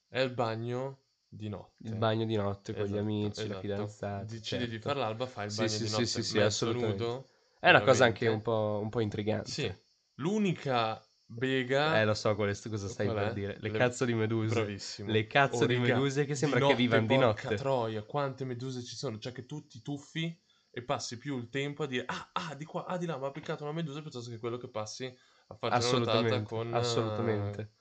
Speaker 2: è il bagno di notte.
Speaker 1: <laughs> Il bagno di notte con gli
Speaker 2: Esatto,
Speaker 1: amici, la
Speaker 2: esatto.
Speaker 1: fidanzata.
Speaker 2: Decidi di
Speaker 1: certo.
Speaker 2: fare l'alba, fai il
Speaker 1: Sì,
Speaker 2: bagno
Speaker 1: sì,
Speaker 2: di
Speaker 1: sì,
Speaker 2: notte
Speaker 1: sì, sì,
Speaker 2: mezzo
Speaker 1: assolutamente.
Speaker 2: nudo.
Speaker 1: È una cosa anche
Speaker 2: veramente.
Speaker 1: un po', un po' intrigante.
Speaker 2: Sì. L'unica bega...
Speaker 1: Eh, lo so qual è st- cosa stai
Speaker 2: Qual
Speaker 1: per
Speaker 2: è?
Speaker 1: dire. Le,
Speaker 2: Le-
Speaker 1: cazzo di meduse.
Speaker 2: Bravissimo.
Speaker 1: Le cazzo
Speaker 2: Oh,
Speaker 1: di
Speaker 2: raga,
Speaker 1: meduse che
Speaker 2: di
Speaker 1: sembra che
Speaker 2: notte,
Speaker 1: vivano di
Speaker 2: porca
Speaker 1: notte.
Speaker 2: troia, quante meduse ci sono. Cioè che tu ti tuffi e passi più il tempo a dire ah, ah, di qua, ah, di là, ma ha piccato una medusa piuttosto che quello che passi a farti una
Speaker 1: assolutamente.
Speaker 2: notata con, eh,
Speaker 1: assolutamente.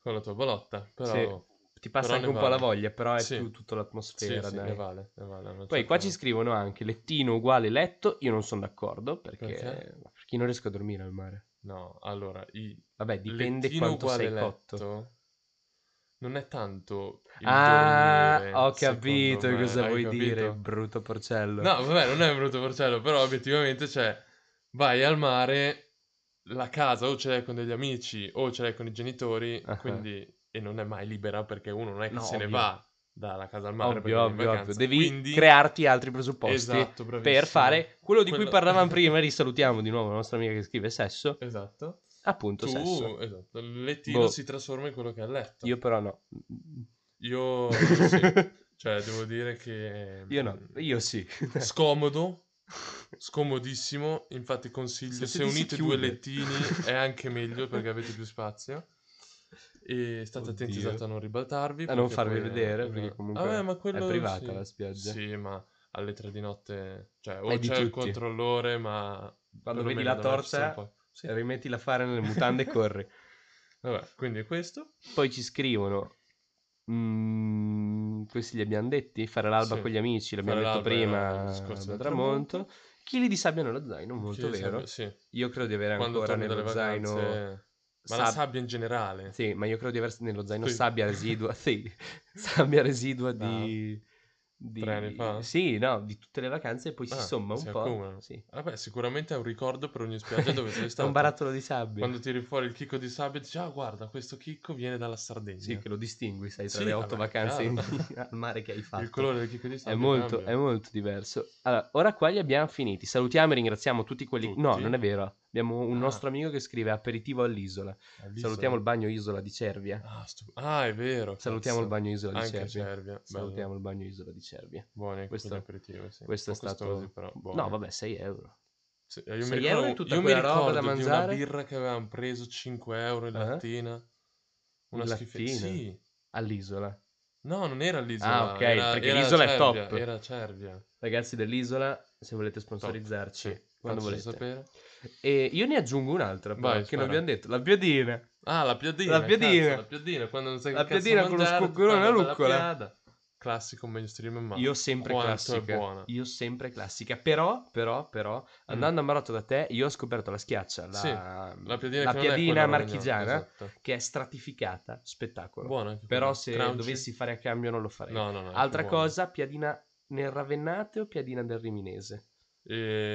Speaker 2: con la tua balotta. Però...
Speaker 1: Sì. Ti passa
Speaker 2: però
Speaker 1: anche
Speaker 2: ne
Speaker 1: un po' la
Speaker 2: vale.
Speaker 1: voglia, però è
Speaker 2: Sì.
Speaker 1: più tutta
Speaker 2: Sì,
Speaker 1: l'atmosfera.
Speaker 2: sì,
Speaker 1: dai.
Speaker 2: ne vale, ne vale. a una
Speaker 1: Poi qua ci
Speaker 2: certa-
Speaker 1: scrivono anche lettino uguale letto. Io non sono d'accordo perché,
Speaker 2: Perché?
Speaker 1: perché non riesco a dormire al mare.
Speaker 2: No, allora, i...
Speaker 1: Vabbè, dipende
Speaker 2: lettino
Speaker 1: quanto
Speaker 2: uguale
Speaker 1: sei
Speaker 2: letto
Speaker 1: cotto.
Speaker 2: Non è tanto il dormire,
Speaker 1: Ah, ho
Speaker 2: secondo
Speaker 1: capito
Speaker 2: me,
Speaker 1: cosa
Speaker 2: hai
Speaker 1: vuoi
Speaker 2: capito?
Speaker 1: dire, brutto porcello.
Speaker 2: No, vabbè, non è un brutto porcello, però obiettivamente, cioè, vai al mare, la casa o ce l'hai con degli amici o ce l'hai con i genitori,
Speaker 1: Ah.
Speaker 2: quindi... E non è mai libera perché uno non è che
Speaker 1: No,
Speaker 2: se ne
Speaker 1: ovvio.
Speaker 2: va dalla casa al mare perché
Speaker 1: ovvio,
Speaker 2: va in
Speaker 1: ovvio, ovvio.
Speaker 2: vacanza,
Speaker 1: Devi
Speaker 2: quindi-
Speaker 1: crearti altri presupposti
Speaker 2: Esatto,
Speaker 1: per
Speaker 2: bravissimo.
Speaker 1: fare quello di cui
Speaker 2: Quello-
Speaker 1: parlavamo prima.
Speaker 2: <laughs>
Speaker 1: Risalutiamo di nuovo la nostra amica che scrive sesso.
Speaker 2: Esatto.
Speaker 1: Appunto,
Speaker 2: Tu,
Speaker 1: sesso.
Speaker 2: esatto, il lettino
Speaker 1: Boh.
Speaker 2: si trasforma in quello che ha letto.
Speaker 1: Io però no. <laughs>
Speaker 2: Io sì. Cioè, devo dire che... mm,
Speaker 1: Io no, io sì.
Speaker 2: <laughs> Scomodo, scomodissimo. Infatti consiglio,
Speaker 1: Se
Speaker 2: se,
Speaker 1: ti si
Speaker 2: unite due
Speaker 1: chiude.
Speaker 2: lettini
Speaker 1: <laughs>
Speaker 2: è anche meglio perché avete più spazio. E state attenti
Speaker 1: Oddio.
Speaker 2: esatto a non ribaltarvi.
Speaker 1: A non
Speaker 2: perché
Speaker 1: farvi
Speaker 2: poi è
Speaker 1: vedere,
Speaker 2: una-
Speaker 1: perché comunque
Speaker 2: Vabbè, ma
Speaker 1: è
Speaker 2: quello
Speaker 1: privata
Speaker 2: sì.
Speaker 1: la spiaggia.
Speaker 2: Sì, ma alle tre di notte... Cioè,
Speaker 1: È
Speaker 2: o
Speaker 1: di
Speaker 2: c'è il
Speaker 1: tutti.
Speaker 2: controllore, ma...
Speaker 1: Quando
Speaker 2: perlomeno
Speaker 1: vedi la
Speaker 2: dovrebbe essere
Speaker 1: torcia,
Speaker 2: un po'- Sì.
Speaker 1: rimettila a fare nelle mutande e corri.
Speaker 2: Vabbè, quindi è questo.
Speaker 1: Poi ci scrivono. mm, questi li abbiamo detti. Fare l'alba
Speaker 2: Sì.
Speaker 1: con gli amici, l'abbiamo
Speaker 2: Fare
Speaker 1: detto
Speaker 2: l'alba era
Speaker 1: prima.
Speaker 2: il discorso
Speaker 1: al
Speaker 2: del
Speaker 1: tramonto.
Speaker 2: tramonto.
Speaker 1: Chili di sabbia nello zaino, molto
Speaker 2: Sì,
Speaker 1: vero.
Speaker 2: Sì.
Speaker 1: Io credo di avere
Speaker 2: Quando
Speaker 1: ancora
Speaker 2: torni
Speaker 1: nello
Speaker 2: dalle
Speaker 1: zaino.
Speaker 2: vacanze... Ma la
Speaker 1: sab-
Speaker 2: sabbia in generale.
Speaker 1: Sì, ma io credo di aver nello zaino
Speaker 2: Sì.
Speaker 1: sabbia
Speaker 2: <laughs>
Speaker 1: residua. sì, sabbia residua di. di-
Speaker 2: Ah. Tre anni fa?
Speaker 1: Sì, no, di tutte le vacanze e poi si
Speaker 2: Ah,
Speaker 1: somma un
Speaker 2: si
Speaker 1: po'.
Speaker 2: accumulano.
Speaker 1: Sì.
Speaker 2: Vabbè, sicuramente è un ricordo per ogni spiaggia dove
Speaker 1: <laughs>
Speaker 2: sei
Speaker 1: È
Speaker 2: stato.
Speaker 1: un barattolo di sabbia.
Speaker 2: Quando tiri fuori il chicco di sabbia, dici, ah, guarda, questo chicco viene dalla Sardegna.
Speaker 1: Sì, che lo distingui, sai, tra
Speaker 2: Sì,
Speaker 1: le otto
Speaker 2: vabbè,
Speaker 1: vacanze
Speaker 2: chiaro.
Speaker 1: in- <laughs> al mare che hai fatto.
Speaker 2: Il colore del chicco di
Speaker 1: È
Speaker 2: sabbia
Speaker 1: molto,
Speaker 2: cambia.
Speaker 1: è molto diverso. Allora, ora qua li abbiamo finiti. Salutiamo e ringraziamo tutti quelli.
Speaker 2: Tutti.
Speaker 1: No, non è vero. Abbiamo un
Speaker 2: Ah.
Speaker 1: nostro amico che scrive aperitivo all'isola.
Speaker 2: All'isola.
Speaker 1: Salutiamo il bagno isola di Cervia.
Speaker 2: Ah, stu- ah, è vero.
Speaker 1: Salutiamo
Speaker 2: cazzo.
Speaker 1: il bagno isola di
Speaker 2: Anche
Speaker 1: Cervia.
Speaker 2: Cervia. bello.
Speaker 1: Salutiamo il bagno isola di Cervia.
Speaker 2: Buoni anche
Speaker 1: Questo-
Speaker 2: questo, aperitivo, sì.
Speaker 1: Questo è
Speaker 2: Un po'
Speaker 1: stato.
Speaker 2: costosi, però buoni.
Speaker 1: no, vabbè, 6 euro.
Speaker 2: Sì, io mi
Speaker 1: sei
Speaker 2: ricordo,
Speaker 1: euro e tutta
Speaker 2: io mi
Speaker 1: quella roba
Speaker 2: ricordo
Speaker 1: da
Speaker 2: di
Speaker 1: mangiare?
Speaker 2: una birra che avevamo preso 5 euro in
Speaker 1: Ah.
Speaker 2: lattina. Una
Speaker 1: In
Speaker 2: schifezza.
Speaker 1: lattina?
Speaker 2: Sì.
Speaker 1: All'isola.
Speaker 2: No, non era l'isola.
Speaker 1: Ah, ok,
Speaker 2: era,
Speaker 1: perché
Speaker 2: era
Speaker 1: l'isola è
Speaker 2: Cervia,
Speaker 1: top.
Speaker 2: Era Cervia.
Speaker 1: Ragazzi dell'isola, se volete sponsorizzarci,
Speaker 2: Sì,
Speaker 1: quando
Speaker 2: facci
Speaker 1: volete.
Speaker 2: sapere.
Speaker 1: E io ne aggiungo un'altra, però,
Speaker 2: Vai,
Speaker 1: che non
Speaker 2: spara.
Speaker 1: abbiamo detto. La piadina.
Speaker 2: Ah, la piadina.
Speaker 1: La piadina.
Speaker 2: cazzo, la piadina, quando non sai
Speaker 1: La
Speaker 2: che cazzo
Speaker 1: piadina con lo
Speaker 2: mangiare, ti
Speaker 1: scoccone
Speaker 2: fanno
Speaker 1: alla
Speaker 2: bella
Speaker 1: luccola.
Speaker 2: piada. Classico mainstream, ma
Speaker 1: Io sempre
Speaker 2: quanto è
Speaker 1: classica.
Speaker 2: buona. Mm.
Speaker 1: Io sempre classica. Però, però, però, andando a Marotto da te, io ho scoperto la schiaccia, la,
Speaker 2: Sì, La piadina,
Speaker 1: la
Speaker 2: che non è
Speaker 1: piadina
Speaker 2: quella
Speaker 1: marchigiana,
Speaker 2: romagnola, esatto.
Speaker 1: che è stratificata, spettacolo.
Speaker 2: Buona anche
Speaker 1: Però
Speaker 2: quella.
Speaker 1: se
Speaker 2: Crunchy?
Speaker 1: dovessi fare a cambio non lo farei.
Speaker 2: No, no, no. è
Speaker 1: Altra
Speaker 2: più buona.
Speaker 1: cosa, piadina nel Ravennate o piadina del Riminese?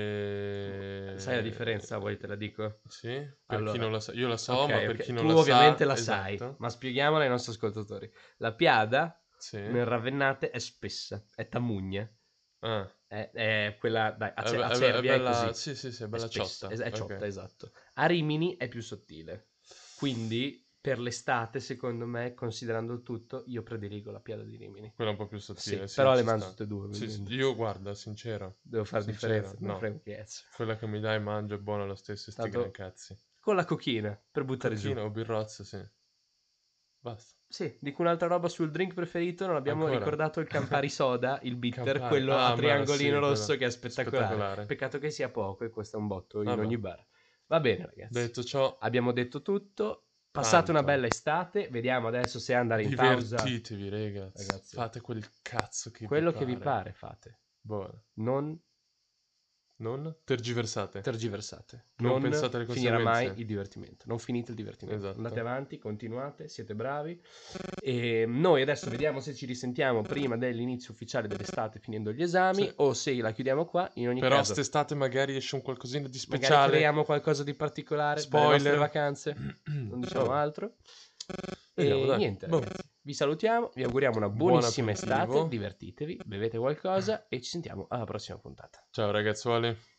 Speaker 2: E-
Speaker 1: Sai la differenza, vuoi te la dico?
Speaker 2: Sì? Per
Speaker 1: Allora.
Speaker 2: chi non la sa. Io la so,
Speaker 1: Ok,
Speaker 2: ma per
Speaker 1: ok.
Speaker 2: chi non
Speaker 1: tu
Speaker 2: la sa...
Speaker 1: ovviamente la
Speaker 2: esatto.
Speaker 1: sai, ma spieghiamola ai nostri ascoltatori. La piada
Speaker 2: Sì.
Speaker 1: nel Ravennate è spessa, è tammugna,
Speaker 2: Ah,
Speaker 1: è, è Eh, quella, dai, a, ce-
Speaker 2: è,
Speaker 1: a
Speaker 2: be- è
Speaker 1: Cervia è
Speaker 2: bella...
Speaker 1: così.
Speaker 2: Sì, sì, sì, è bella
Speaker 1: è spessa,
Speaker 2: ciotta.
Speaker 1: es- È,
Speaker 2: Ok.
Speaker 1: ciotta, esatto. A Rimini è più sottile. Quindi per l'estate, secondo me, considerando il tutto, io prediligo la piada di Rimini.
Speaker 2: Quella un po' più
Speaker 1: Sì,
Speaker 2: sottile. sì,
Speaker 1: però
Speaker 2: ci
Speaker 1: le mangio
Speaker 2: sta.
Speaker 1: tutte e due.
Speaker 2: Sì, sì,
Speaker 1: quindi
Speaker 2: io guarda, sincero,
Speaker 1: Devo fare
Speaker 2: sincero,
Speaker 1: differenza. non
Speaker 2: no.
Speaker 1: frega un cazzo.
Speaker 2: quella che mi dai mangio è buona lo stesso, sti
Speaker 1: Tanto-
Speaker 2: gran cazzi.
Speaker 1: Con la cochina, per buttare
Speaker 2: Cocchino
Speaker 1: giù.
Speaker 2: o birrozza, sì. Basta.
Speaker 1: Sì, dico un'altra roba sul drink preferito. Non abbiamo
Speaker 2: Ancora?
Speaker 1: ricordato il Campari Soda,
Speaker 2: <laughs>
Speaker 1: il bitter,
Speaker 2: Campari.
Speaker 1: quello
Speaker 2: Ah,
Speaker 1: a
Speaker 2: ma sì,
Speaker 1: triangolino
Speaker 2: quello-
Speaker 1: rosso che è spettacolare.
Speaker 2: spettacolare.
Speaker 1: Peccato che sia poco e costa un botto in
Speaker 2: Vabbè.
Speaker 1: ogni bar. Va bene, ragazzi.
Speaker 2: Detto ciò,
Speaker 1: Abbiamo detto tutto. Passate
Speaker 2: Tanto.
Speaker 1: una bella estate. Vediamo adesso se andare in pausa.
Speaker 2: divertitevi, ragazzi.
Speaker 1: Ragazzi.
Speaker 2: Fate quel cazzo che
Speaker 1: Quello
Speaker 2: vi
Speaker 1: che
Speaker 2: pare.
Speaker 1: vi pare fate.
Speaker 2: Buono.
Speaker 1: Non
Speaker 2: Non tergiversate.
Speaker 1: tergiversate.
Speaker 2: Non pensate alle
Speaker 1: finirà
Speaker 2: conseguenze.
Speaker 1: mai il divertimento. Non finite il divertimento.
Speaker 2: Esatto.
Speaker 1: Andate avanti, continuate, siete bravi. E noi adesso vediamo se ci risentiamo prima dell'inizio ufficiale dell'estate finendo gli esami
Speaker 2: Sì.
Speaker 1: o se la chiudiamo qua. In ogni
Speaker 2: Però
Speaker 1: caso,
Speaker 2: st'estate magari esce un qualcosina
Speaker 1: magari
Speaker 2: di speciale.
Speaker 1: creiamo qualcosa di particolare per le nostre
Speaker 2: Spoiler.
Speaker 1: vacanze. Non
Speaker 2: <clears throat>
Speaker 1: diciamo altro.
Speaker 2: Vediamo,
Speaker 1: e
Speaker 2: dai.
Speaker 1: eh, niente,
Speaker 2: Boh.
Speaker 1: ragazzi. Vi salutiamo, vi auguriamo una
Speaker 2: Buon
Speaker 1: buonissima
Speaker 2: aperitivo.
Speaker 1: estate, divertitevi, bevete qualcosa e ci sentiamo alla prossima puntata.
Speaker 2: Ciao ragazzuoli.